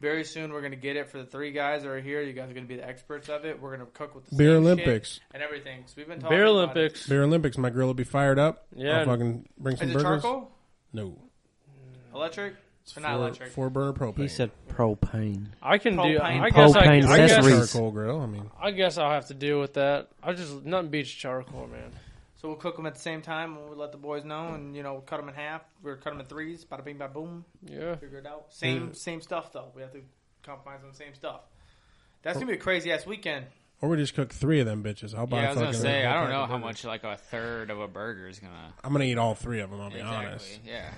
very soon we're gonna get it for the three guys that are here. You guys are gonna be the experts of it. We're gonna cook with the Beer same shit Olympics. and everything. So we've been talking Beer about Olympics. Beer Olympics, my grill will be fired up. Yeah. I'll fucking bring It. some Is it burgers. charcoal, No, electric? it's Or not four, electric. four burner propane. He said propane. I can do. Propane. I guess I, Propane I guess. accessories. charcoal grill. I mean, I guess I'll have to deal with that. I just nothing beats charcoal, man. So we'll cook them at the same time. and We'll let the boys know, and you know, cut them in half. We're cut them in threes. Bada bing, bada boom. Yeah. figure it out. Same same stuff though. We have to compromise on the same stuff. That's gonna be a crazy ass weekend. or we just cook three of them bitches. I'll buy. Yeah, I was fucking gonna say whole I don't pack know of how burgers. much like a third of a burger is gonna. I'm gonna eat all three of them. I'll be exactly. honest. Yeah.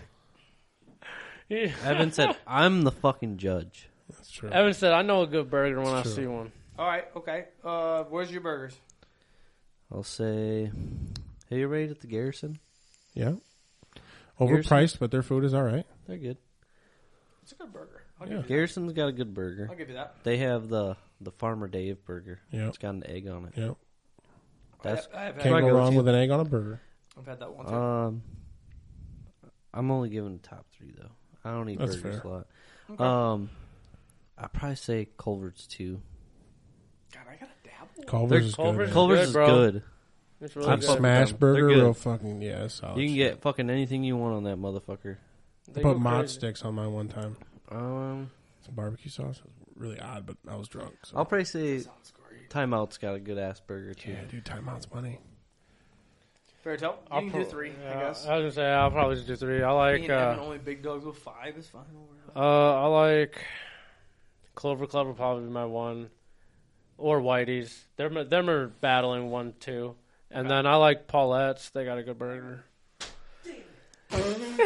Evan said, "I'm the fucking judge." That's true. Evan said, "I know a good burger when I true. see one." All right, okay. Uh, where's your burgers? I'll say, "Have you rated the Garrison? yeah, Here's- overpriced, but their food is all right. They're good. It's a good burger. I'll, Yeah. give, you Garrison's got a good burger. that. I'll give you that. They have the the Farmer Dave burger. Yeah. It's got an egg on it. Yeah, That's I, have had, can't my go wrong go-to. with an egg on a burger. I've had that one too. um. I'm only giving the top three though. I don't eat That's burgers fair. a lot. Um, I probably say Culver's too. God, I gotta dabble. Culver's They're- is Culver's- good. man. Culver's good, is bro. good. It's That really I'd good. fuck with smash them. burger, They're good. real fucking yeah. it's Solid You can shit. get fucking anything you want on that motherfucker. They I put go mod crazy. sticks on mine one time. Um, Some barbecue sauce. It was really odd, but I was drunk. So. I'll probably say Sounds great. Timeout's got a good ass burger too. Yeah, dude, timeout's money. Fair tell. You can do three, I guess. I was gonna say I'll probably just do three. I like Being having uh, only big dogs with five is fine. uh I like Clover Club will probably be my one, or Whitey's. Them are- them are battling one two, and then I like Paulette's. They got a good burger.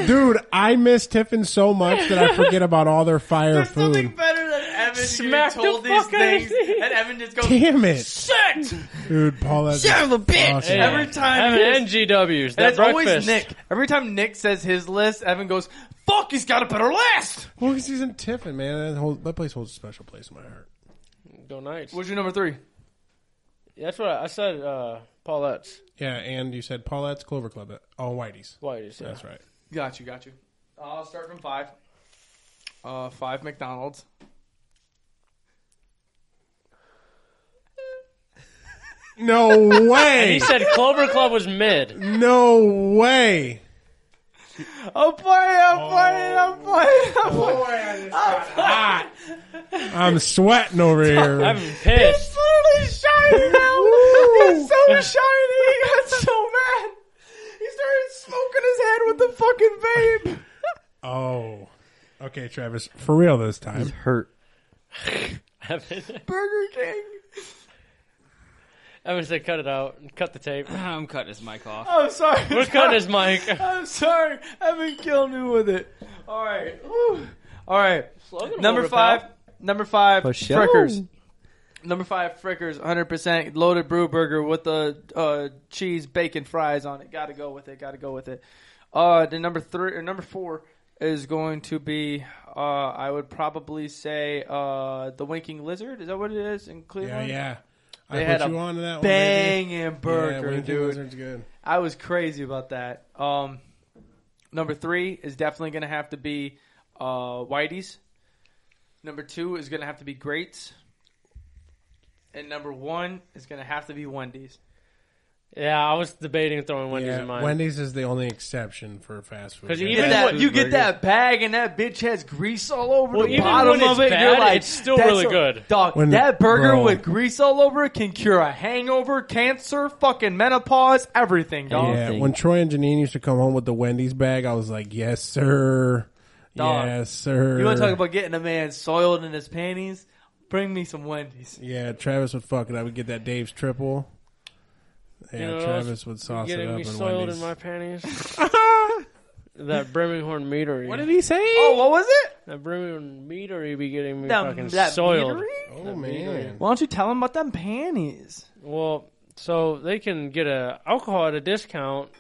Dude, I miss Tiffin so much that I forget about all their fire There's nothing food. better than Evan Smack getting told the these fuck outta things, me. and Evan just goes, Damn it, "Shit!" dude, Paul. That's Son of a bitch! Oh, awesome. Every time Evan his- and GW's. And it's that breakfast. always Nick. Every time Nick says his list, Evan goes, "Fuck, he's got a better list." Well, because he's in Tiffin, man. That, whole, that place holds a special place in my heart. Go Knights. What's your number three? That's what I, I said. Uh, Paulette's Yeah, and you said Paulette's Clover Club, uh, all Whitey's. Whitey's. Yeah. That's right. Got you, got you. I'll start from five. Uh, five McDonald's. No way. He said Clover Club was mid. no way. I'm playing, I'm playing, I'm playing, I'm playing. Hot. I'm sweating over I'm here. It's pissed. literally shiny now. It's so shiny. He got so mad. He started smoking his head with the fucking vape. Oh. Okay, Travis, for real this time. Hurt. Evan, Burger King. Evan said, "Cut it out. Cut the tape. I'm cutting his mic off. I'm Oh, sorry. We're cutting his mic." I'm sorry. I've been killing you with it. All right. Whew. All right. Slogan Number will five. repel. Number five. For sure. Frickers. Number five. Frickers. 100% loaded brew burger with the uh, cheese, bacon, fries on it. Got to go with it. Got to go with it. Uh, the number three or number four is going to be. Uh, I would probably say uh, the Winking Lizard. Is that what it is in Yeah, Cleveland? yeah. I They put had a you on to that one. Banging baby. burger, yeah, Winky dude. Lizard's good. I was crazy about that. Um, number three is definitely going to have to be uh, Whitey's. Number two is going to have to be Greats. And number one is going to have to be Wendy's. Yeah, I was debating throwing Wendy's yeah, in mine. Wendy's is the only exception for fast food. 'Cause Yeah. even Get that, when- you get that bag and that bitch has grease all over Well, the even bottom when it's of it. and bad, you're like, it's still "That's really a- good." Dog, When- that burger bro. with grease all over it can cure a hangover, cancer, fucking menopause, everything, dog. Yeah, thing. when Troy and Janine used to come home with the Wendy's bag, I was like, "Yes, sir. Dog. Yes, sir." You want to talk about getting a man soiled in his panties? Bring me some Wendy's. Yeah, Travis would fuck it. I would get that Dave's triple. Yeah, know what Travis else would sauce it Getting up me and soiled Wendy's. in my panties. that Birmingham meatery. what did he say? Oh, what was it? that Birmingham meatery be getting me That, fucking that soiled. meadery? Oh, man, Why don't you tell him about them panties? Well, so they can get a alcohol at a discount,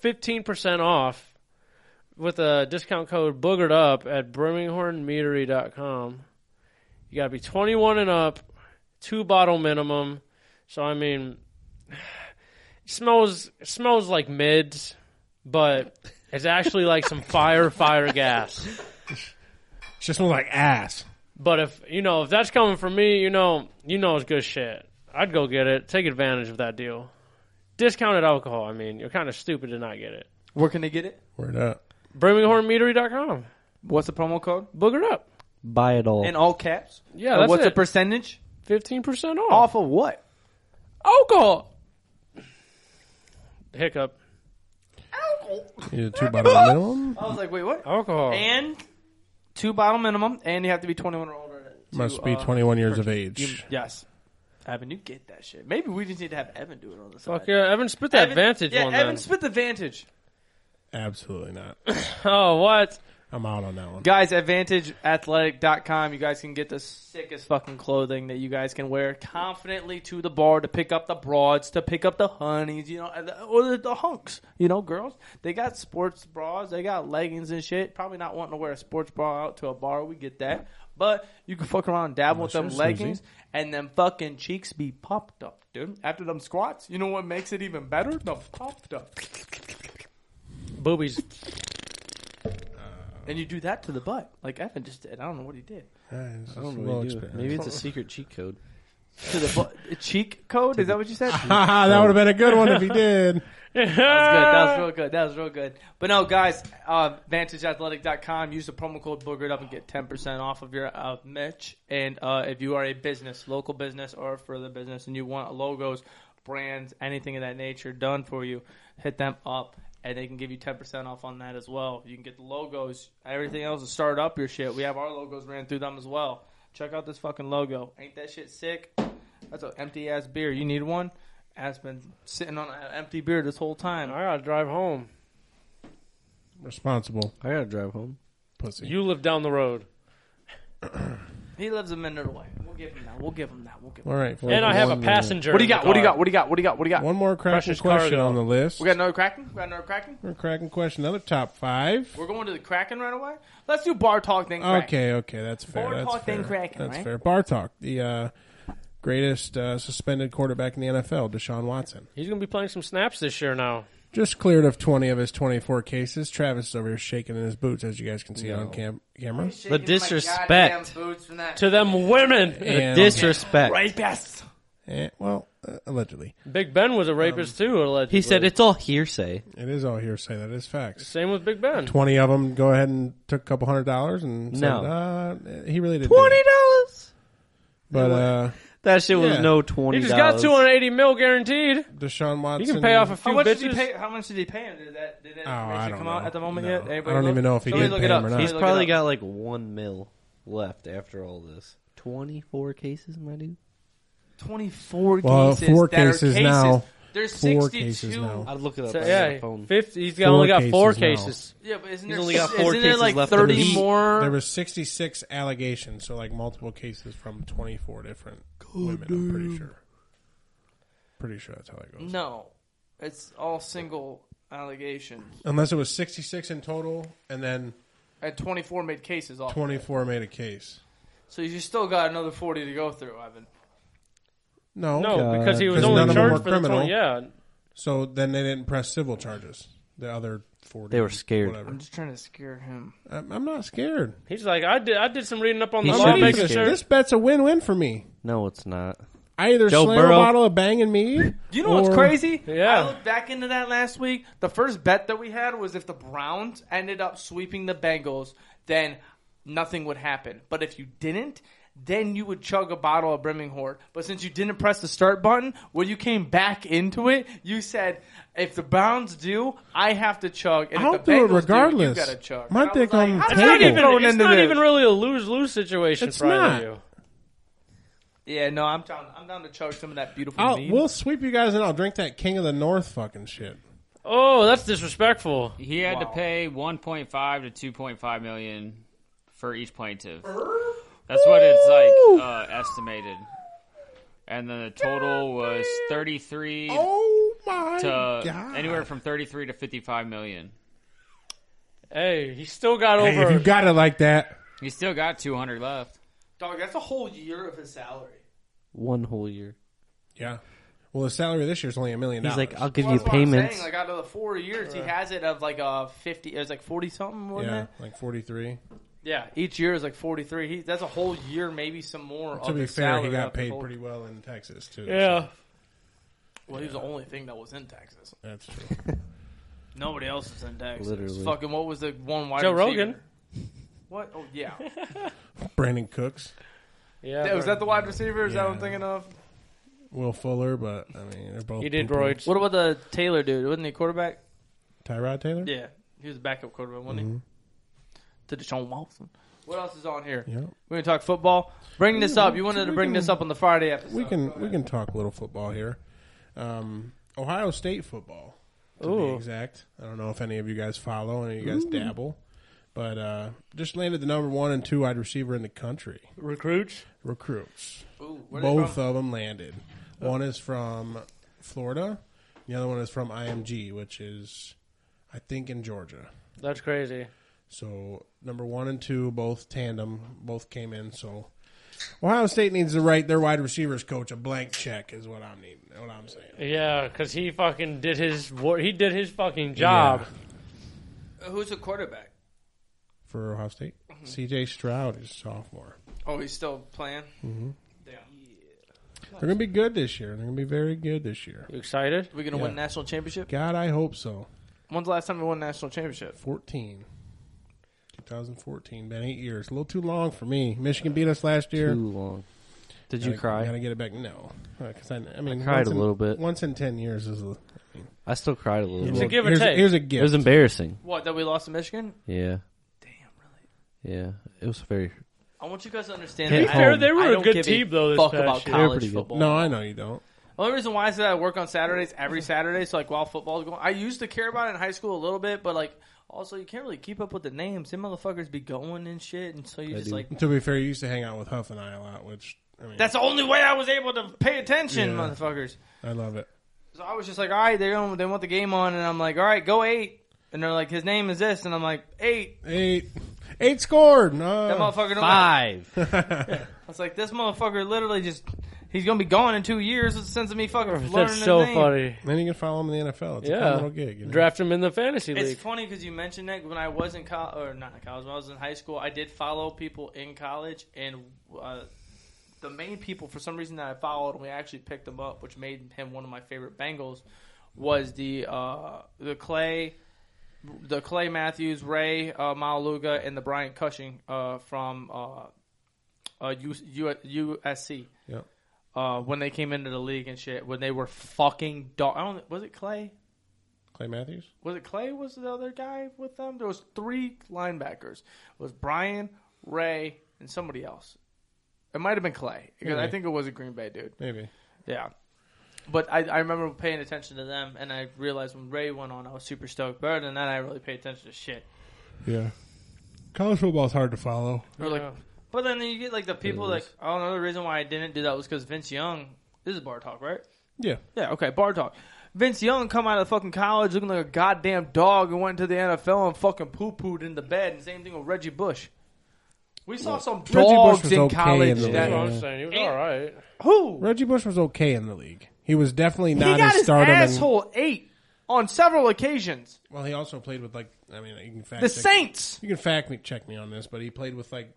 fifteen percent off, with a discount code boogered up at birminghornmeadery.com. You gotta be twenty one and up, two bottle minimum. So I mean, it smells it smells like mids, but it's actually like some fire fire gas. it's just more like ass. But if you know if that's coming from me, you know you know it's good shit. I'd go get it. Take advantage of that deal. Discounted alcohol. I mean, you're kind of stupid to not get it. Where can they get it? Word up. BirminghamHornMeadery.com. What's the promo code? Booger up. Buy it all. In all caps. Yeah, And that's What's the it. percentage? Fifteen percent off. Off of what? alcohol. Hiccup. You did two bottle minimum. I was like, wait, what? Alcohol. And two bottle minimum, and you have to be 21 or older. to, Must be uh, 21 years of you- age. yes. Evan, you get that shit. Maybe we just need to have Evan do it on the side. Fuck yeah, Evan spit that Evan- Vantage yeah, one. Evan then. spit the Vantage. Absolutely not. oh what? I'm out on that one. Guys, advantageathletic.com. You guys can get the sickest fucking clothing that you guys can wear confidently to the bar to pick up the broads, to pick up the honeys, you know, and the- or the, the hunks, you know, girls. They got sports bras, they got leggings and shit. Probably not wanting to wear a sports bra out to a bar. We get that. But you can fuck around and dabble with Sure, them Susie. leggings and them fucking cheeks be popped up, dude. After them squats, you know what makes it even better? The popped up. Boobies. And you do that to the butt, like Evan just did. I don't know what he did. Yeah, it's just I don't a really little do it. experiment. Maybe it's a secret cheat code. to the bu- cheek code. Is that what you said? Haha, that would have been a good one if he did. That was good. That was real good. That was real good. But no, guys, uh, VantageAthletic.com. Use the promo code Boogered Up and get 10% off of your uh, merch. And uh, if you are a business, local business or further business, and you want logos, brands, anything of that nature done for you, hit them up. And they can give you 10% off on that as well. You can get the logos, everything else, and start up your shit. We have our logos ran through them as well. Check out this fucking logo. Ain't that shit sick? That's an empty ass beer. You need one? Has been sitting on an empty beer this whole time. I gotta drive home. Responsible I gotta drive home. pussy. You live down the road, He lives a minute away. We'll give him that. We'll give him that. We'll give him. All right. for and I have a one more- passenger. What do you in the got? What do you car. got? What do you got? What do you got? What do you got? One more cracking Precious question cargo. on the list. We got another Kraken. We got another Kraken. We're cracking question. Another top five. We're going to the Kraken right away. Let's do bar talk then. Kraken. Okay, okay, that's fair. Bar that's talk fair. then Kraken, that's right? fair. Bar talk, the uh, greatest uh, suspended quarterback in the NFL, Deshaun Watson, He's gonna be playing some snaps this year now. just cleared of twenty of his twenty-four cases. Travis is over here shaking in his boots, as you guys can see on cam- camera. Shaking my disrespect. goddamn boots from that To them women, And- Disrespect. Right past. eh, well, uh, allegedly, Big Ben was a rapist too. Allegedly, He said it's all hearsay. it is all hearsay. That is facts. Same with Big Ben. Twenty of them go ahead and took a couple hundred dollars, and said, No. uh, he really did Twenty dollars. But uh, That shit was Yeah. no He twenty. just got two hundred eighty mil guaranteed. Deshaun Watson, You can pay off a How few much bitches. did he pay? How much did he pay him? Did that did that Oh, I information don't come out know. at the moment No. yet? Anybody I don't look? even know if he Somebody did look pay it up. him or not. Somebody He's look it probably up. got like one mil left after all this. Twenty-four cases, my dude. 24 Well, cases. four that are cases now. There's Four 62. cases now. I'd look it up. So, on yeah, my phone. fifty. He's got, Four only got four cases now. cases. Yeah, but isn't He's there, only got four isn't there cases like left in 30 his- more? There was 66 allegations, so like multiple cases from 24 different women. I'm pretty sure. Pretty sure that's how that goes. No, it's all single allegations. Unless it was 66 in total, and then And 24 made cases off. 24 made a case. So you still got another 40 to go through, Evan. No, No, God. because he was Because none only of them were charged for the criminal. 20. Yeah, So then they didn't press civil charges. The other 40. They were scared. Whatever. I'm just trying to scare him. I'm, I'm not scared. he's like, I did. I did some reading up on the He law, should be making This, scared. sure. this bet's a win-win for me. No, it's not. I either Joe slam Burrow. a bottle of Bang and me. You know what's or- crazy? Yeah. I looked back into that last week. The first bet that we had was if the Browns ended up sweeping the Bengals, then nothing would happen. But if you didn't, then you would chug a bottle of Brimminghorn. But since you didn't press the start button, when you came back into it, you said, if the Browns do, I have to chug. And I'll if the do it Bengals regardless. Do, you gotta chug. My And I was dick like, on the how did It's I get not table. even. thrown It's into not this? even really a lose lose situation It's for either not. of you. Yeah, no, I'm down. I'm down to chug some of that beautiful I'll, mead. we'll sweep you guys and I'll drink that King of the North fucking shit. Oh, that's disrespectful. He had to Wow. pay 1.5 to 2.5 million for each plaintiff. That's what it's like uh, estimated. And then the total was 33 Oh my to god! anywhere from 33 to 55 million. Hey, he still got hey, over. if you got it like that, He still got 200 left. Dog, that's a whole year of his salary. One whole year. yeah. Well, his salary this year is only a million. He's dollars. like, I'll give Well, you that's what I'm payments. saying, Like out of the four years, he has it of like uh fifty. It was like forty something, wasn't yeah, it? like forty three. Yeah. Each year is like forty three. He that's a whole year, maybe some more. To of be his fair, he salary got up the paid whole- pretty well in Texas too. yeah, so Well, he was the only thing that was in Texas. that's true. Nobody else was in Texas. Literally. Fucking what was the one wide? Joe receiver? Rogan. What? Oh yeah. Brandon Cooks, yeah. That- was that the wide receiver? Is that what I'm Yeah. thinking of? Will Fuller, but I mean, they're both. He did poo-poo. roids. What about the Taylor dude? Wasn't he quarterback? Tyrod Taylor. Yeah, he was a backup quarterback, wasn't he? To Deshaun Watson. What else is on here? Mm-hmm. Yeah. We're gonna talk football. Bring this up. You wanted to we bring can- this up on the Friday episode. We can we can talk a little football here. Um, Ohio State football, to be Ooh. exact. I don't know if any of you guys follow, any of you guys dabble, but uh, just landed the number one and two wide receiver in the country recruits? recruits. Ooh, where they Both from? of them landed. One is from Florida. The other one is from IMG, which is, I think, in Georgia. That's crazy. So number one and two, both tandem, both came in. So Ohio State needs to write their wide receivers coach a blank check, is what I'm needing. What I'm saying. Yeah, because he fucking did his wor- he did his fucking job. Who's the quarterback? for Ohio State. Mm-hmm. C.J. Stroud is a sophomore. Mm-hmm. Oh, he's still playing. Damn. They're going to be good this year. They're going to be very good this year. You excited? We're gonna Yeah. win national championship. God, I hope so. When's the last time we won national championship? 14. 2014, been eight years. A little too long for me. Michigan beat us last year. Too long. Did you Gotta- cry? Gotta get it back. No, because I, I mean, cried once a in- little bit. Once in ten years is a, I still cried a little. It's a bit. give or here's, take. Here's a It gift. was embarrassing. What that we lost to Michigan? Yeah, Damn, really. yeah. It was very. I want you guys to understand. To be that fair, I, they were I a don't good give team, though, this fuck past about year. They were college pretty good. football. no, I know you don't. Only reason why is that I work on Saturdays every Saturday. So like while football's going, I used to care about it in high school a little bit, but like also you can't really keep up with the names. Them motherfuckers be going and shit, and so you They just do. like To be fair, you used to hang out with Huff and I a lot, which I mean, that's the only way I was able to pay attention, Yeah. motherfuckers. I love it. So I was just like, all right, they don't they want the game on, and I'm like, all right, go eight, and they're like, his name is this, and I'm like, eight. Eight, eight scored. That Oh, No, motherfucker don't Five. I was like, this motherfucker literally just he's gonna be gone in two years. What's the sense of me fucking learning That's his so name? funny. then you can follow him in the NFL. It's a Yeah. fun little gig. You know? Draft him in the fantasy It's league. funny because you mentioned that when I was in college, or not in college, when I was in high school, I did follow people in college, and uh, the main people for some reason that I followed, and we actually picked him up, which made him one of my favorite Bengals, was the uh, the Clay, the Clay Matthews, Ray uh, Maluga, and the Brian Cushing uh, from uh, uh, U- U- USC. Yeah. Uh, when they came into the league and shit, when they were fucking dog. I don't, was it Clay? Clay Matthews. was it Clay was the other guy with them? There was three linebackers. It was Brian, Ray, and somebody else. It might have been Clay because I Maybe. think it was a Green Bay dude. Maybe Yeah. But I, I remember paying attention to them, and I realized when Ray went on, I was super stoked. But other than that, I didn't really paid attention to shit. yeah. College football is hard to follow. Or like, but then you get like the people like, oh, another reason why I didn't do that was because Vince Young. This is bar talk, right? Yeah, Yeah, okay, bar talk. Vince Young come out of fucking college looking like a goddamn dog and went to the NFL and fucking poo pooed in the bed. And same thing with Reggie Bush. We saw some Reggie Bush dogs was in okay in college. the that- That's what I'm Yeah. saying. He was And- all right. who? Reggie Bush was okay in the league. He was definitely He not got as his stardom. and- asshole ate on several occasions. well, he also played with like I mean, you can fact The check- Saints. You can fact me check me on this, but he played with like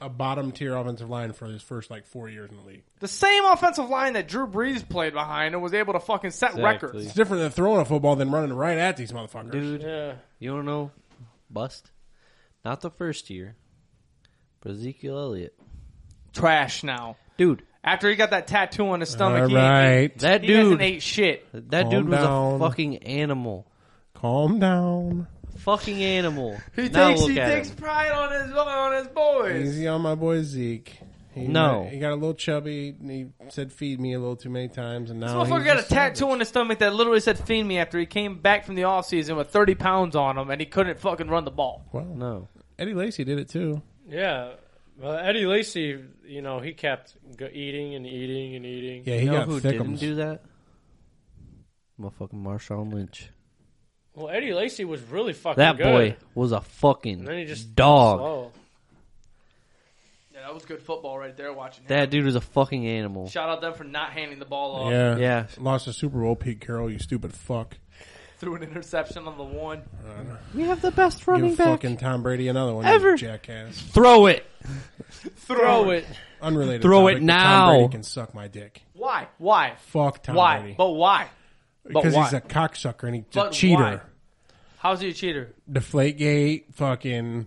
a bottom tier offensive line for his first like four years in the league. The same offensive line that Drew Brees played behind and was able to fucking set Exactly. records. It's different than throwing a football than running right at these motherfuckers. Dude, Yeah. you don't know bust? Not the first year, but Ezekiel Elliott. Trash now. Dude, After he got that tattoo on his All stomach, right, that he, he hasn't dude, ate shit. that Calm dude was down. a fucking animal. calm down. Fucking animal. He now takes, look he at takes him. pride on his on his boys. Easy on my boy Zeke. He No. got, he got a little chubby. And he said, "Feed me" a little too many times, and This now motherfucker Oh, he's got a just savage. tattoo on his stomach that literally said "fiend me" after he came back from the offseason with thirty pounds on him, and he couldn't fucking run the ball. Well, No, Eddie Lacy did it too. Yeah. Well, Eddie Lacy, you know, he kept go- eating and eating and eating. Yeah, he you know got who didn't thickums. do that? Motherfucking Marshawn Lynch. Well, Eddie Lacy was really fucking That good. boy was a fucking And then he just dog. Slow. Yeah, that was good football right there. Watching him. That dude was a fucking animal. Shout out them for not handing the ball off. yeah, Yeah. Lost the Super Bowl, Pete Carroll. You stupid fuck. Threw an interception on the one. We have the best Give fucking Tom Brady another one. you Ever. jackass. Throw it. Throw it. Unrelated. Throw it topic, but Tom Brady now. can suck my dick. Why? Why? Fuck Tom why? Brady. But why? But Because why? he's a cocksucker and he's But a cheater. why? How's he a cheater? Deflategate, fucking.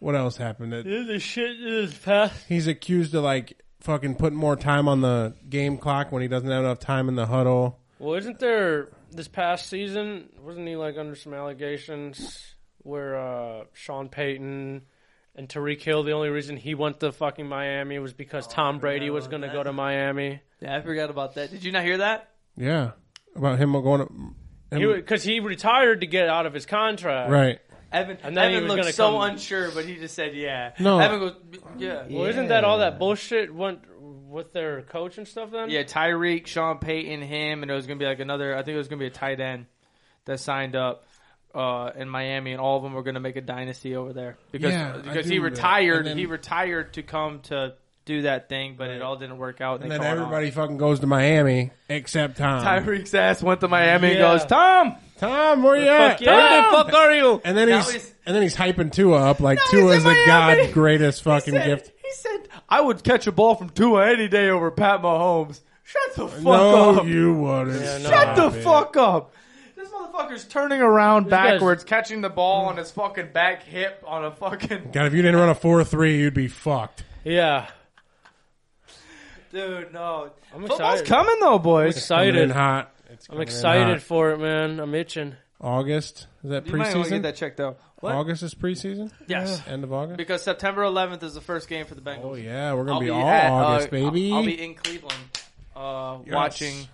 What else happened? That The shit is past. he's accused of like fucking putting more time on the game clock when he doesn't have enough time in the huddle. Well, isn't there this past season? Wasn't he like under some allegations where uh, Sean Payton and Tariq Hill? The only reason he went to fucking Miami was because Tom Brady was going to go to Miami. Yeah, I forgot about that. Did you not hear that? Yeah, about him going. To, him- Because he, retired to get out of his contract. right. Evan, And then he Evan was looked gonna so come- unsure, but he just said, "Yeah." No. Evan goes, "Yeah." Well, isn't that all that bullshit went with their coach and stuff? Then Yeah, Tyreek, Sean Payton, him, and it was gonna be like another. I think it was gonna be a tight end that signed up uh, in Miami, and all of them were gonna make a dynasty over there because Yeah, I because do he remember that. retired. And then- he retired to come to do that thing, but it all didn't work out. And they then called everybody fucking goes to Miami except Tom. off. Tyreek's ass went to Miami Yeah. and goes, Tom, Tom, where you at? Fuck yeah. Tom! Where the fuck are you? And then Now he's he's- and then he's hyping Tua up like he's Tua in is the Miami. god greatest He fucking said- gift. He said, I would catch a ball from Tua any day over Pat Mahomes. Shut the fuck no, up. you wouldn't. Yeah, no. Shut the Stop it. fuck up. This motherfucker's turning around guy's- backwards, catching the ball on his fucking back hip on a fucking God, if you didn't run a four three, you'd be fucked. Yeah. dude. No, I'm football's excited. coming though, boys. Coming in Excited. hot. It's I'm coming in excited hot. for it, man. I'm itching. August is that You might want to preseason? get that checked out. What? August is preseason. Yes, End of August. because September 11th is the first game for the Bengals. Oh yeah, we're gonna I'll be, be all at, uh, August, I'll- baby. I'll be in Cleveland, uh, Yes. watching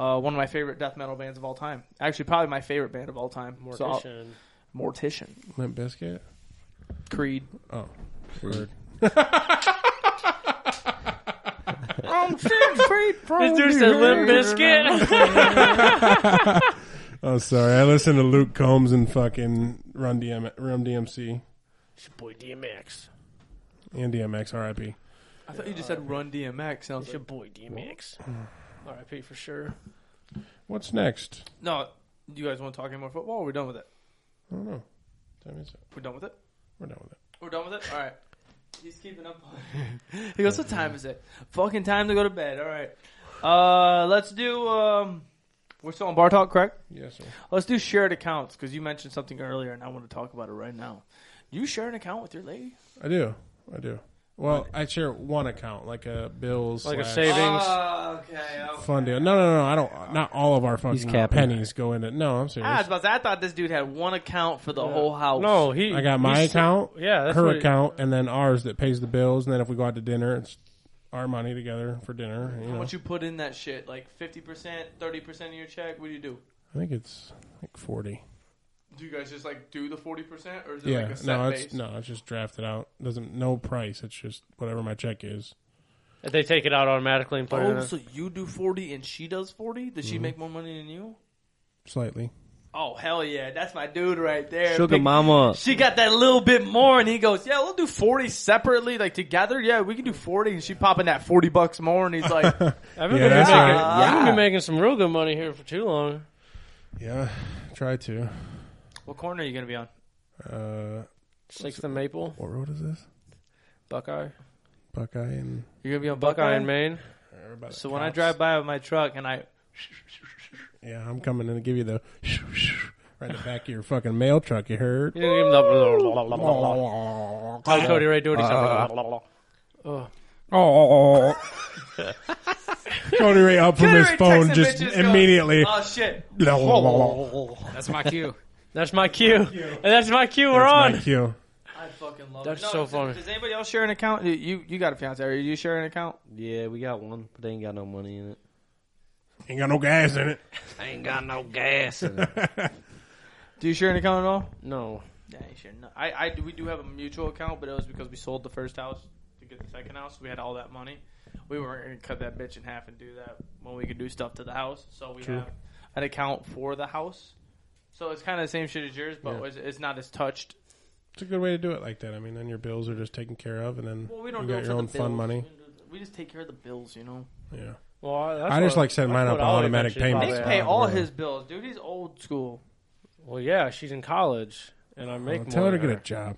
uh, one of my favorite death metal bands of all time. Actually, probably my favorite band of all time. So I'll- Mortician. Mortician, Limp Biscuit. Creed. Oh, word. This dude said Limp Biscuit. Oh, sorry. I listened to Luke Combs and fucking Run, DM, Run DMC boy DMX. and DMX. R.I.P. I thought you just said Run DMX. And I was It's like, your boy DMX. RIP for sure. What's next? no, you guys want to talk any more football? Or we're done with it. I don't know. Time is up. We're done with it. We're done with it. We're done with it. All right. He's keeping up. on it. he goes. What time is it? Fucking time to go to bed. All right. Uh, let's do. Um, we're still on bar talk, correct? Yes, sir. Let's do shared accounts because you mentioned something earlier, and I want to talk about it right now. You share an account with your lady? I do. I do. Well, I share one account, like a Bills, Like a slash savings. Ah, okay. fund deal. No, no, no. I don't. Not all of our fucking capping. pennies go into. No, I'm serious. Ah, I was about to say, I thought this dude had one account for the whole house. No, he. I got my he's- account, Yeah, that's her what- account, and then ours that pays the bills. And then if we go out to dinner, it's our money together for dinner. You How know. much you put in that shit? Like fifty percent, thirty percent of your check? What do you do? I think it's like forty. Do you guys just like do the forty percent, or is it Yeah, like a set no, base? it's no, it's just drafted out. Doesn't no price. It's just whatever my check is. They take it out automatically and put it in. Oh, a- so you do forty and she does forty? Does Mm-hmm. she make more money than you? Slightly. Oh hell yeah, that's my dude right there. Sugar Big- mama. She got that little bit more, and he goes, "Yeah, we'll do forty separately, like together. Yeah, we can do forty. And she popping that forty bucks more, and he's like, I've been, Yeah, that's making, right. I've been making some real good money here for too long. Yeah, try to. "What corner are you gonna be on?" Uh, Sixth and Maple, what road is this? Buckeye, Buckeye and. You're gonna be on Buckeye in Maine. So when I drive by with my truck, and I yeah, I'm coming in to give you the right in the back of your fucking mail truck. You heard? You didn't give him the. Oh, Call Cody Ray Doty something. Uh-huh. Oh. Cody Ray up from his phone just immediately. Oh shit! Oh. That's my cue. That's my cue. And that's my cue. We're on. Thank you. I fucking love That's it. No, so does- funny. Does anybody else share an account? You- You you got a fiance? Are you sharing an account? Yeah, we got one, but they ain't got no money in it. Ain't got no gas in it. Ain't got no gas. Do you share an account at all? No. Yeah, you share. No. I I we do have a mutual account, but it was because we sold the first house to get the second house. We had all that money. We weren't gonna cut that bitch in half and do that when we could do stuff to the house. So we have an account for the house. So it's kind of the same shit as yours, but Yeah. it's, it's not as touched. It's a good way to do it like that. I mean, then your bills are just taken care of, and then Well, we don't you do got it your for own the bills. fun money. We just take care of the bills, you know. Yeah. Well, I- that's I just what- like setting that's mine up what on I'll automatic eventually payments. Nick probably pay have. all Oh, yeah. his bills, dude. He's old school. Well, yeah, she's in college, and I make Well, more. tell her to than get a job.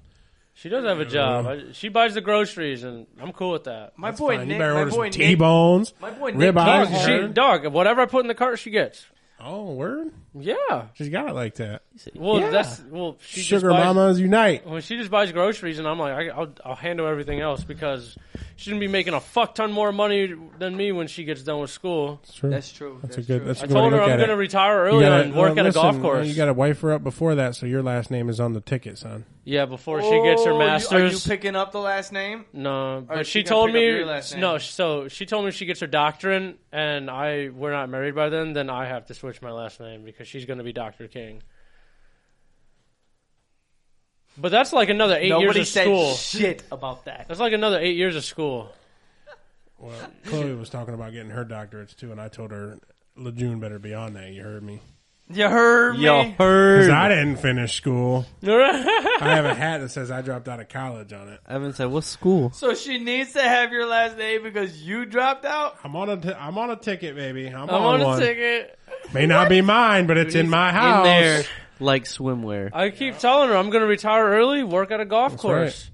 She does have a job. I, she buys the groceries, and I'm cool with that. My That's boy fine. Nick. you better My order boy some Nick. T-bones. My boy Nick. Ribeyes. Jones, She, Word. dog, whatever I put in the cart, she gets. Oh, word! Yeah. She's got it like that. Well, Yeah. that's well. She Sugar just buys, mamas unite. When she just buys groceries, and I'm like, I, I'll, I'll handle everything else because she's gonna be making a fuck ton more money than me when she gets done with school. That's true. That's true. That's, That's a good. true. That's a I good way told to her look I'm at gonna it. retire You early gotta- and work well, at a golf listen, course. You got to wife her up before that, so your last name is on the ticket, son. yeah, before she gets her Oh, you- Are you master's. picking up the last name? no, but she she gonna told pick up me your last name? no. So she told me she gets her doctorate, and I we're not married by then. Then I have to switch my last name because she's gonna be Doctor King. But that's like another eight Nobody years of said school. shit about that. That's like another eight years of school. Well, Chloe was talking about getting her doctorates too, and I told her Lejeune better be on that. You heard me? You heard me. Yo, Because heard. I didn't finish school. yeah, I have a hat that says I dropped out of college on it. Evan said, "What's school?" So she needs to have your last name because you dropped out. I'm on a t- I'm on a ticket, baby. I'm, I'm on, on a one. ticket. May not be mine, but it's in my house. In there, like swimwear. I keep telling her I'm going to retire early, work at a golf course.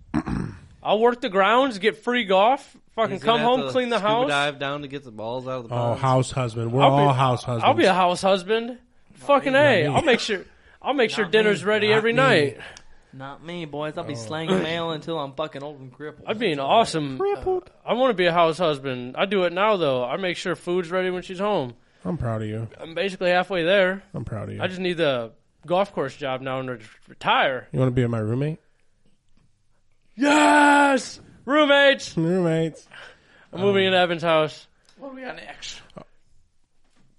I'll work the grounds, get free golf, fucking He's come gonna have home, to clean the scuba house. dive down to get the balls out of the Oh, pond. house husband. We're Um, I'll be- all house husbands. I'll be a house husband. Fucking a, me. I'll make sure. I'll make sure Not dinner's me. ready Not every me. night. Not me, boys. I'll be Oh. slanging mail until I'm fucking old and crippled. I'd be an awesome. I want to be a house husband. I do it now though. I make sure food's ready when she's home. I'm proud of you. I'm basically halfway there. I'm proud of you. I just need the golf course job now and re- retire. you want to be my roommate? Yes, roommates. Roommates. I'm moving Um. into Evan's house. What do we got next?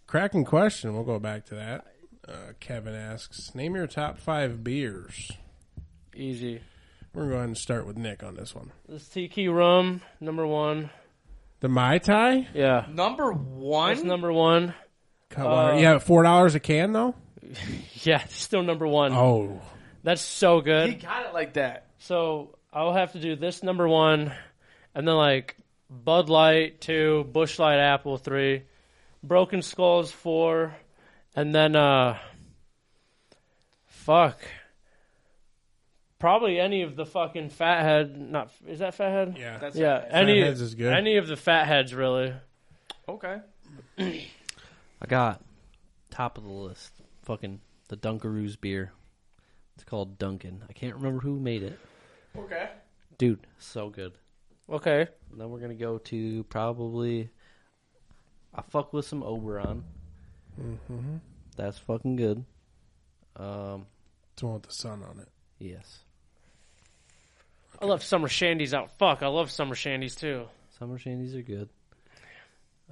Cracking question. We'll go back to that. Uh, Kevin asks, name your top five beers. Easy. We're going to go ahead and start with Nick on this one. This tiki rum number one. The Mai Tai? Yeah, Number one. that's number one. Uh, Cutwater. yeah, $4 a can, though? Yeah, it's still number one. Oh. That's so he good. got it like that. So I'll have to do this number one, and then like Bud Light two, Bush Light Apple three, Broken Skulls four, and then uh, fuck, probably any of the fucking Fathead. Not is that Fathead? Yeah. That's Yeah, any Fatheads is good. any of the fatheads really. Okay. I got top of the list. Fucking the Dunkaroos beer. It's called Dunkin'. I can't remember who made it. Okay. Dude, so good. Okay. And then we're gonna go to probably. I fuck with some Oberon. Mm-hmm. That's fucking good. Um, It's the one with the sun on it. yes, I love summer shandies out. Fuck, I love summer shandies too. summer shandies are good.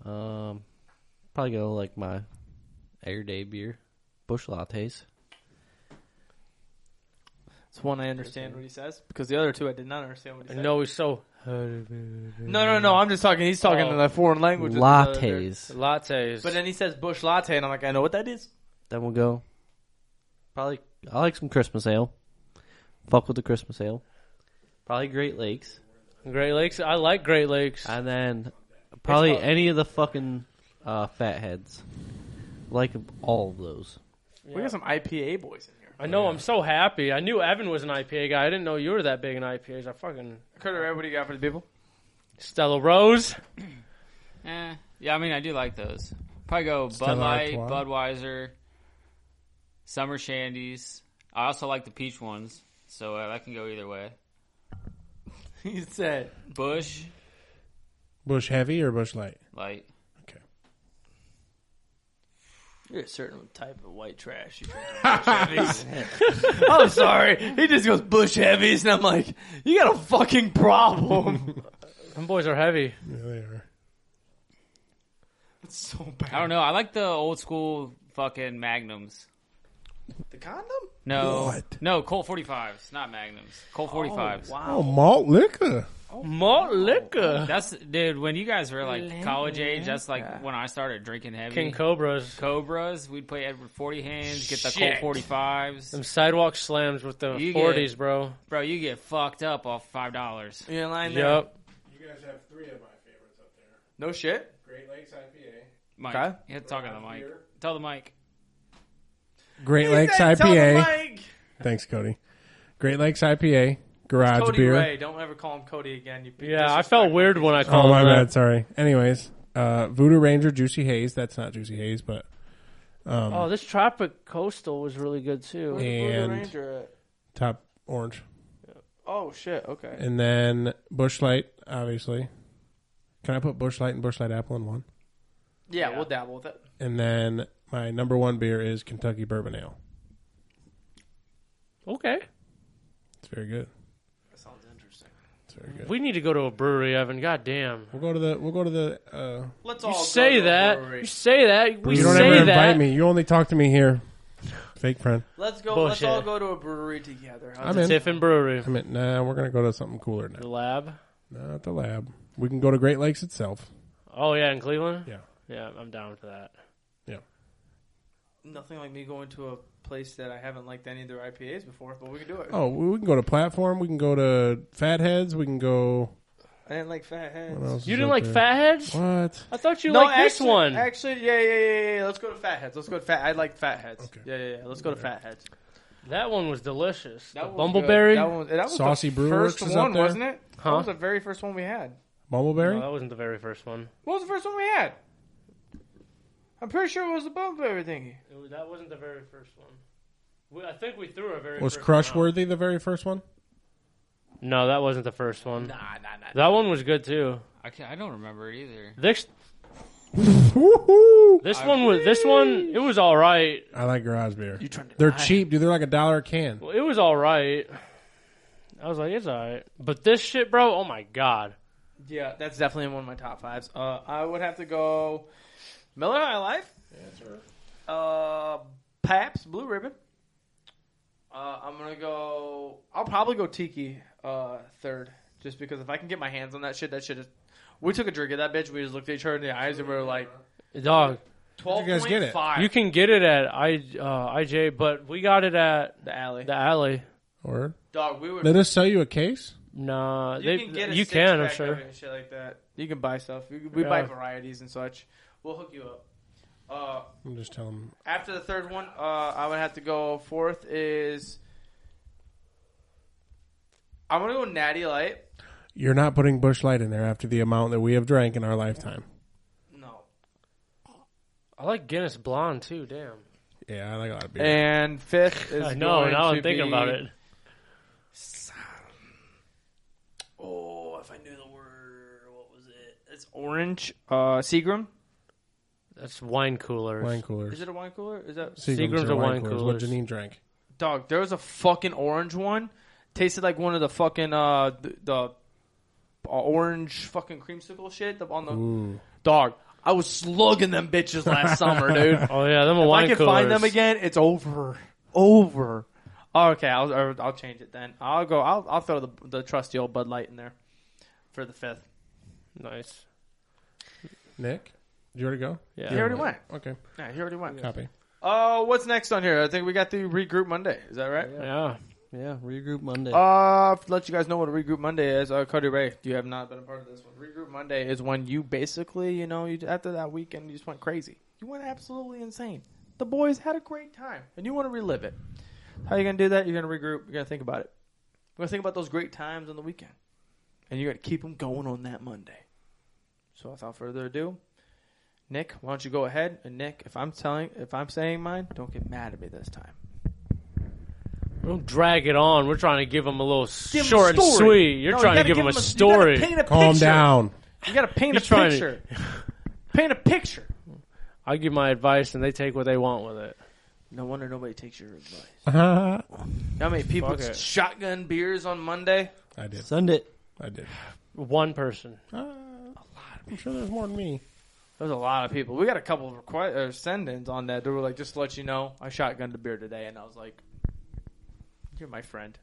Um, probably go like my air day beer, bush lattes. It's one I understand what he says because the other two I did not understand what he I said. know he's so No, no, no. I'm just talking. He's talking Oh. in the foreign language. with the other dude. lattes. lattes. But then he says bush latte, and I'm like, I know what that is. Then we'll go. Probably I like some Christmas ale. Fuck with the Christmas ale. Probably Great Lakes, Great Lakes. I like Great Lakes. and then probably It's not- any of the fucking uh, fatheads. Like all of those. We got some IPA boys in here. I know. I'm so happy. I knew Evan was an IPA guy. I didn't know you were that big in IPAs. I fucking Carter, what do you got for the people? Stella Rose. Eh. Yeah, I mean, I do like those. Probably go Stella Bud Light, Artois. Budweiser, Summer Shandies. I also like the peach ones, so uh, that can go either way. He said, Bush, Bush heavy or bush light? like Okay. "You're a certain type of white trash." You drink bush heavies. I'm sorry. He just goes bush heavies, and I'm like, "You got a fucking problem." Them boys are heavy. Yeah, they are. it's so bad. I don't know. I like the old school fucking Magnums. The condom? No, What? no Colt 45s, not Magnums. Colt 45s. Oh, malt liquor. Malt liquor. That's dude. When you guys were like college age, that's like when I started drinking heavy. King Cobras. Cobras. We'd play Edward Forty Hands, get the Shit. Colt 45s. Them sidewalk slams with the You get- 40s, bro. Bro, you get fucked up off five dollars. You're in line there. Yep. You guys have three of my favorites up there. No shit. Great Lakes IPA. Mike, Okay. yeah, talk on the mic. Tell the mic. Great Lakes IPA. Thanks, Cody. Great Lakes IPA. Garage Cody beer. Ray. Don't ever call him Cody again. You Yeah, I felt weird when I called Oh, my him that. bad. Sorry. Anyways, uh, Voodoo Ranger Juicy Haze. That's not Juicy Haze, but Oh, this Tropic Coastal was really good too. and- top orange. Oh shit. Okay. And then Bush Light, obviously. Can I put Bush Light and Bush Light Apple in one? Yeah, we'll dabble with it. And then my number one beer is Kentucky Bourbon Ale. Okay. It's very good. That sounds interesting. It's very good. We need to go to a brewery, Evan. God damn. We'll go to the. We'll go to the. Uh, Let's You all say that. You say that. We you don't say ever that. invite me. You only talk to me here. Fake friend. Let's go. Let's Bullshit. all go to a brewery together. How's I'm it? in. Tiffin Brewery. I meant nah. We're gonna go to something cooler The now. lab. Not the lab. We can go to Great Lakes itself. Oh yeah, in Cleveland. Yeah. Yeah, I'm down for that. Nothing like me going to a place that I haven't liked any of their IPAs before, but we can do it. Oh, we we can go to Platform. We can go to Fatheads. We can go. I didn't like Fat Heads. What else You is didn't out like there? fatheads? What? I thought you no, liked this actually- one. Actually, yeah, yeah, yeah, yeah, yeah. Let's go to Fat Heads. Let's go to Fat. I like Fat Heads. Okay. Yeah, yeah, yeah. Let's go to Fat Heads. That one was delicious. That the was good. bumbleberry. That, one, that was Saucy the Brewer first Works is one, up there. wasn't it? That Huh? was the very first one we had. Bumbleberry? No, that wasn't the very first one. What was the first one we had? I'm pretty sure it was the bumbleberry thingy. It was, that wasn't the very first one. We, I think we threw a very. was first one Crushworthy the very first one? out. No, that wasn't the first one. Nah, nah, nah. That one was good too. I, can't, I don't remember it either. This Woohoo! this one was this one. It was all right. I like garage beer. You trying to They're lie. cheap, dude. They're like a dollar a can. Well, it was all right. I was like, it's all right. But this shit, bro. Oh my god. Yeah, that's definitely one of my top fives. Uh, I would have to go Miller High Life. Uh, Paps Blue Ribbon. Uh, I'm gonna go. I'll probably go Tiki uh, third, just because if I can get my hands on that shit, that shit is. We took a drink of that bitch. We just looked at each other in the eyes and we were like, Dog, twelve you guys get point it? five. you can get it at I uh, IJ, but we got it at the alley, the alley. Or dog. We were. they just sell you a case? Nah, you they can get a you six can. I'm pack of sure. it and shit like that. You can buy stuff. You can- We buy Yeah. varieties and such. We'll hook you up. Uh, I'm just telling them. After the third one, uh, I would have to go. Fourth is. I'm gonna go Natty Light. You're not putting Bush Light in there after the amount that we have drank in our lifetime. No. I like Guinness Blonde too. Damn. Yeah, I like a lot of beer. And fifth is. I know. going Now to I'm thinking be- about it. Oh, if I knew the word, what was it? It's orange. Uh, Seagram. That's wine coolers. wine coolers. Is it a wine cooler? Is that Seagram's are are wine What coolers. Janine drank. dog? There was a fucking orange one. Tasted like one of the fucking uh the, the uh, orange fucking creamsicle shit up on the Ooh. dog. I was slugging them bitches last summer, dude. Oh yeah, them are If wine I can coolers. find them again, it's over. Over. Oh, okay, I'll or I'll change it then. I'll go. I'll I'll throw the the trusty old Bud Light in there for the fifth. Nice. Nick, did you already go? Yeah. He already went. Okay, Yeah, he already went. copy. Oh, what's next on here? I think we got the regroup Monday. Is that right? Yeah. Yeah, regroup Monday. Uh, to let you guys know what a regroup Monday is. Uh, Cody Ray, you have not been a part of this one. Regroup Monday is when you basically, you know, you after that weekend, you just went crazy. You went absolutely insane. The boys had a great time, and you want to relive it. How you gonna do that? You're gonna regroup. You're gonna think about it. You're gonna think about those great times on the weekend, and you're gonna keep them going on that Monday. So without further ado, Nick, why don't you go ahead? And Nick, if I'm telling, if I'm saying mine, don't get mad at me this time. Don't drag it on. We're trying to give them a little Give 'em a short and story. sweet. You're No, you trying to gotta give them a them you gotta story. paint a Calm picture. down. You gotta paint He's a trying to- picture. paint a picture. I give my advice and they take what they want with it. No wonder nobody takes your advice. I You know How many people Fuck it. shotgun beers on Monday? did. Send it. I did. One person. Uh, a lot. I'm sure there's more than me. There's a lot of people. We got a couple of requ- or send-ins on that. They were like, "Just to let you know, I shotgunned a beer today," and I was like, "You're my friend."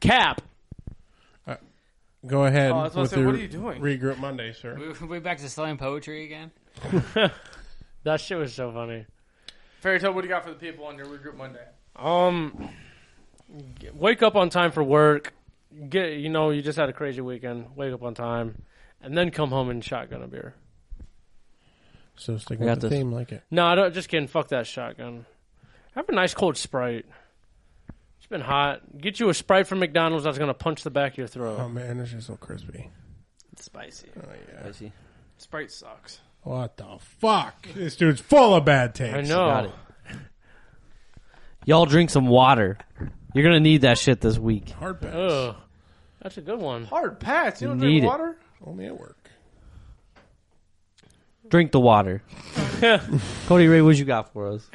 Cap. Go ahead. Oh, I was about with to say, what your are you doing? Regroup Monday, sir. We, we back to slam poetry again. That shit was so funny. Fairy tale, what do you got for the people on your regroup Monday? Um, g- wake up on time for work. Get you know you just had a crazy weekend. Wake up on time, and then come home and shotgun a beer. So stick I with got the this. theme, like it. No, I don't. Just kidding. Fuck that shotgun. Have a nice cold sprite. It's been hot. Get you a sprite from McDonald's. I was gonna punch the back of your throat. Oh man, this is so crispy. It's spicy. Oh yeah. I see. Sprite sucks. What the fuck? This dude's full of bad takes. I Got know. it. Y'all drink some water. You're gonna need that shit this week. Hard pass. Ugh, that's a good one. Hard pass. You don't Need drink it. water? Only at work. Drink the water. Cody Ray, what you got for us?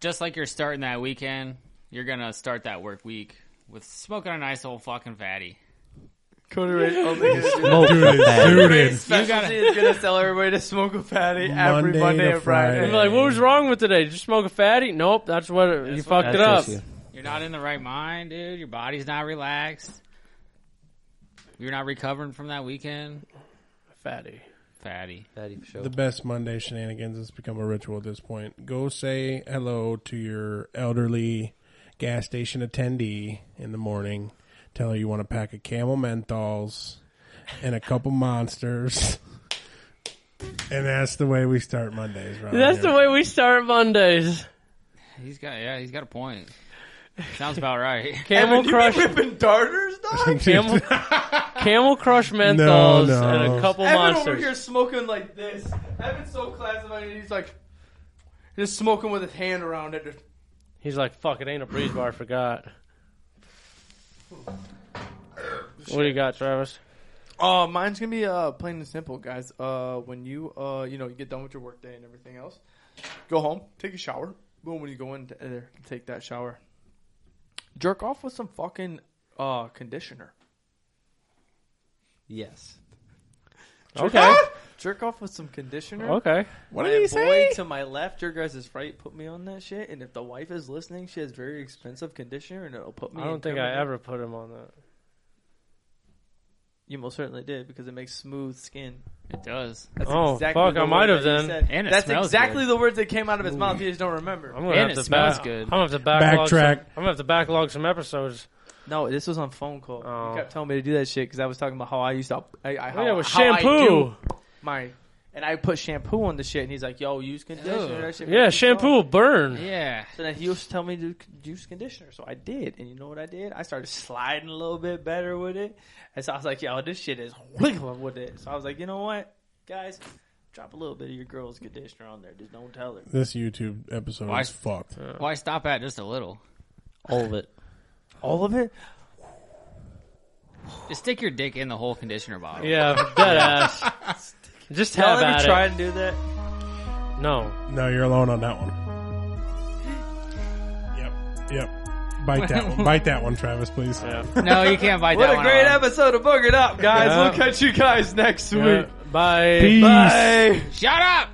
Just like you're starting that weekend, you're gonna start that work week with smoking a nice old fucking fatty. Cody Ray only gets Smoke Dude, with that. Dude, specialty is gonna tell everybody to smoke a fatty every Monday Monday to and Friday. I'm like, what was wrong with today? Did you smoke a fatty? Nope, that's what it, you fucked That's it up. issue. You're not in the right mind, dude. Your body's not relaxed. You're not recovering from that weekend. Fatty. Fatty. Fatty for sure. the best Monday shenanigans has become a ritual at this point. Go say hello to your elderly gas station attendee in the morning. Tell her you want a pack of Camel Menthols and a couple Monsters. And that's the way we start Mondays, right? That's the way we start Mondays. He's got yeah, he's got a point. Sounds about right. Camel Crush, ripping darters, dog? Camel, Camel Crush menthols, no. and a couple Evan over monsters. here smoking like this. Evan's so classified, and he's like, just smoking with his hand around it. He's like, "Fuck, it ain't a breeze bar." I forgot. What do you got, Travis? Uh, mine's gonna be uh plain and simple, guys. Uh, when you uh you know you get done with your workday and everything else, go home, take a shower. Boom, when you go in there, take that shower. Jerk off with some fucking uh conditioner. Yes. Okay, Ah! Jerk off with some conditioner. okay. What did he say? boy to my left, your guys is right. Put me on that shit, and if the wife is listening, she has very expensive conditioner, and it'll put me. I don't in think I permanent- ever put him on that. You most certainly did because it makes smooth skin. It does. That's Oh, fuck, I the might words have that he then. said. And it That's smells exactly good. the words that came out of his mouth. You just don't remember. I'm gonna And have it to smells back- good. I'm gonna have to backlog Backtrack. Some, I'm gonna have to backlog some episodes. No, this was on phone call. Oh. You kept telling me to do that shit because I was talking about how I used to. I, I, how, yeah, with how I do shampoo. my and I put shampoo on the shit, and he's like, "Yo, use conditioner." Ew. That shit Yeah, makes you shampoo strong." will burn. Yeah. So then he used to tell me to c- use conditioner, so I did, and you know what I did? I started sliding a little bit better with it, and so I was like, "Yo, this shit is wiggling with it." So I was like, "You know what, guys." Drop a little bit of your girl's conditioner on there. Just don't tell her. This YouTube episode Why- Uh. is fucked. Why stop at just a little? All of it. All of it? Just stick your dick in the whole conditioner bottle. Yeah, dead ass. Just have Y'all at ever it. try and do that? No, No, you're alone on that one. Yep. Yep. Bite that one. Bite that one, Travis, please. Yeah. No, you can't bite What that a one great off. episode of Boogered Up, guys. Yeah. We'll catch you guys next Yeah. week. Bye. Bye. Shut up!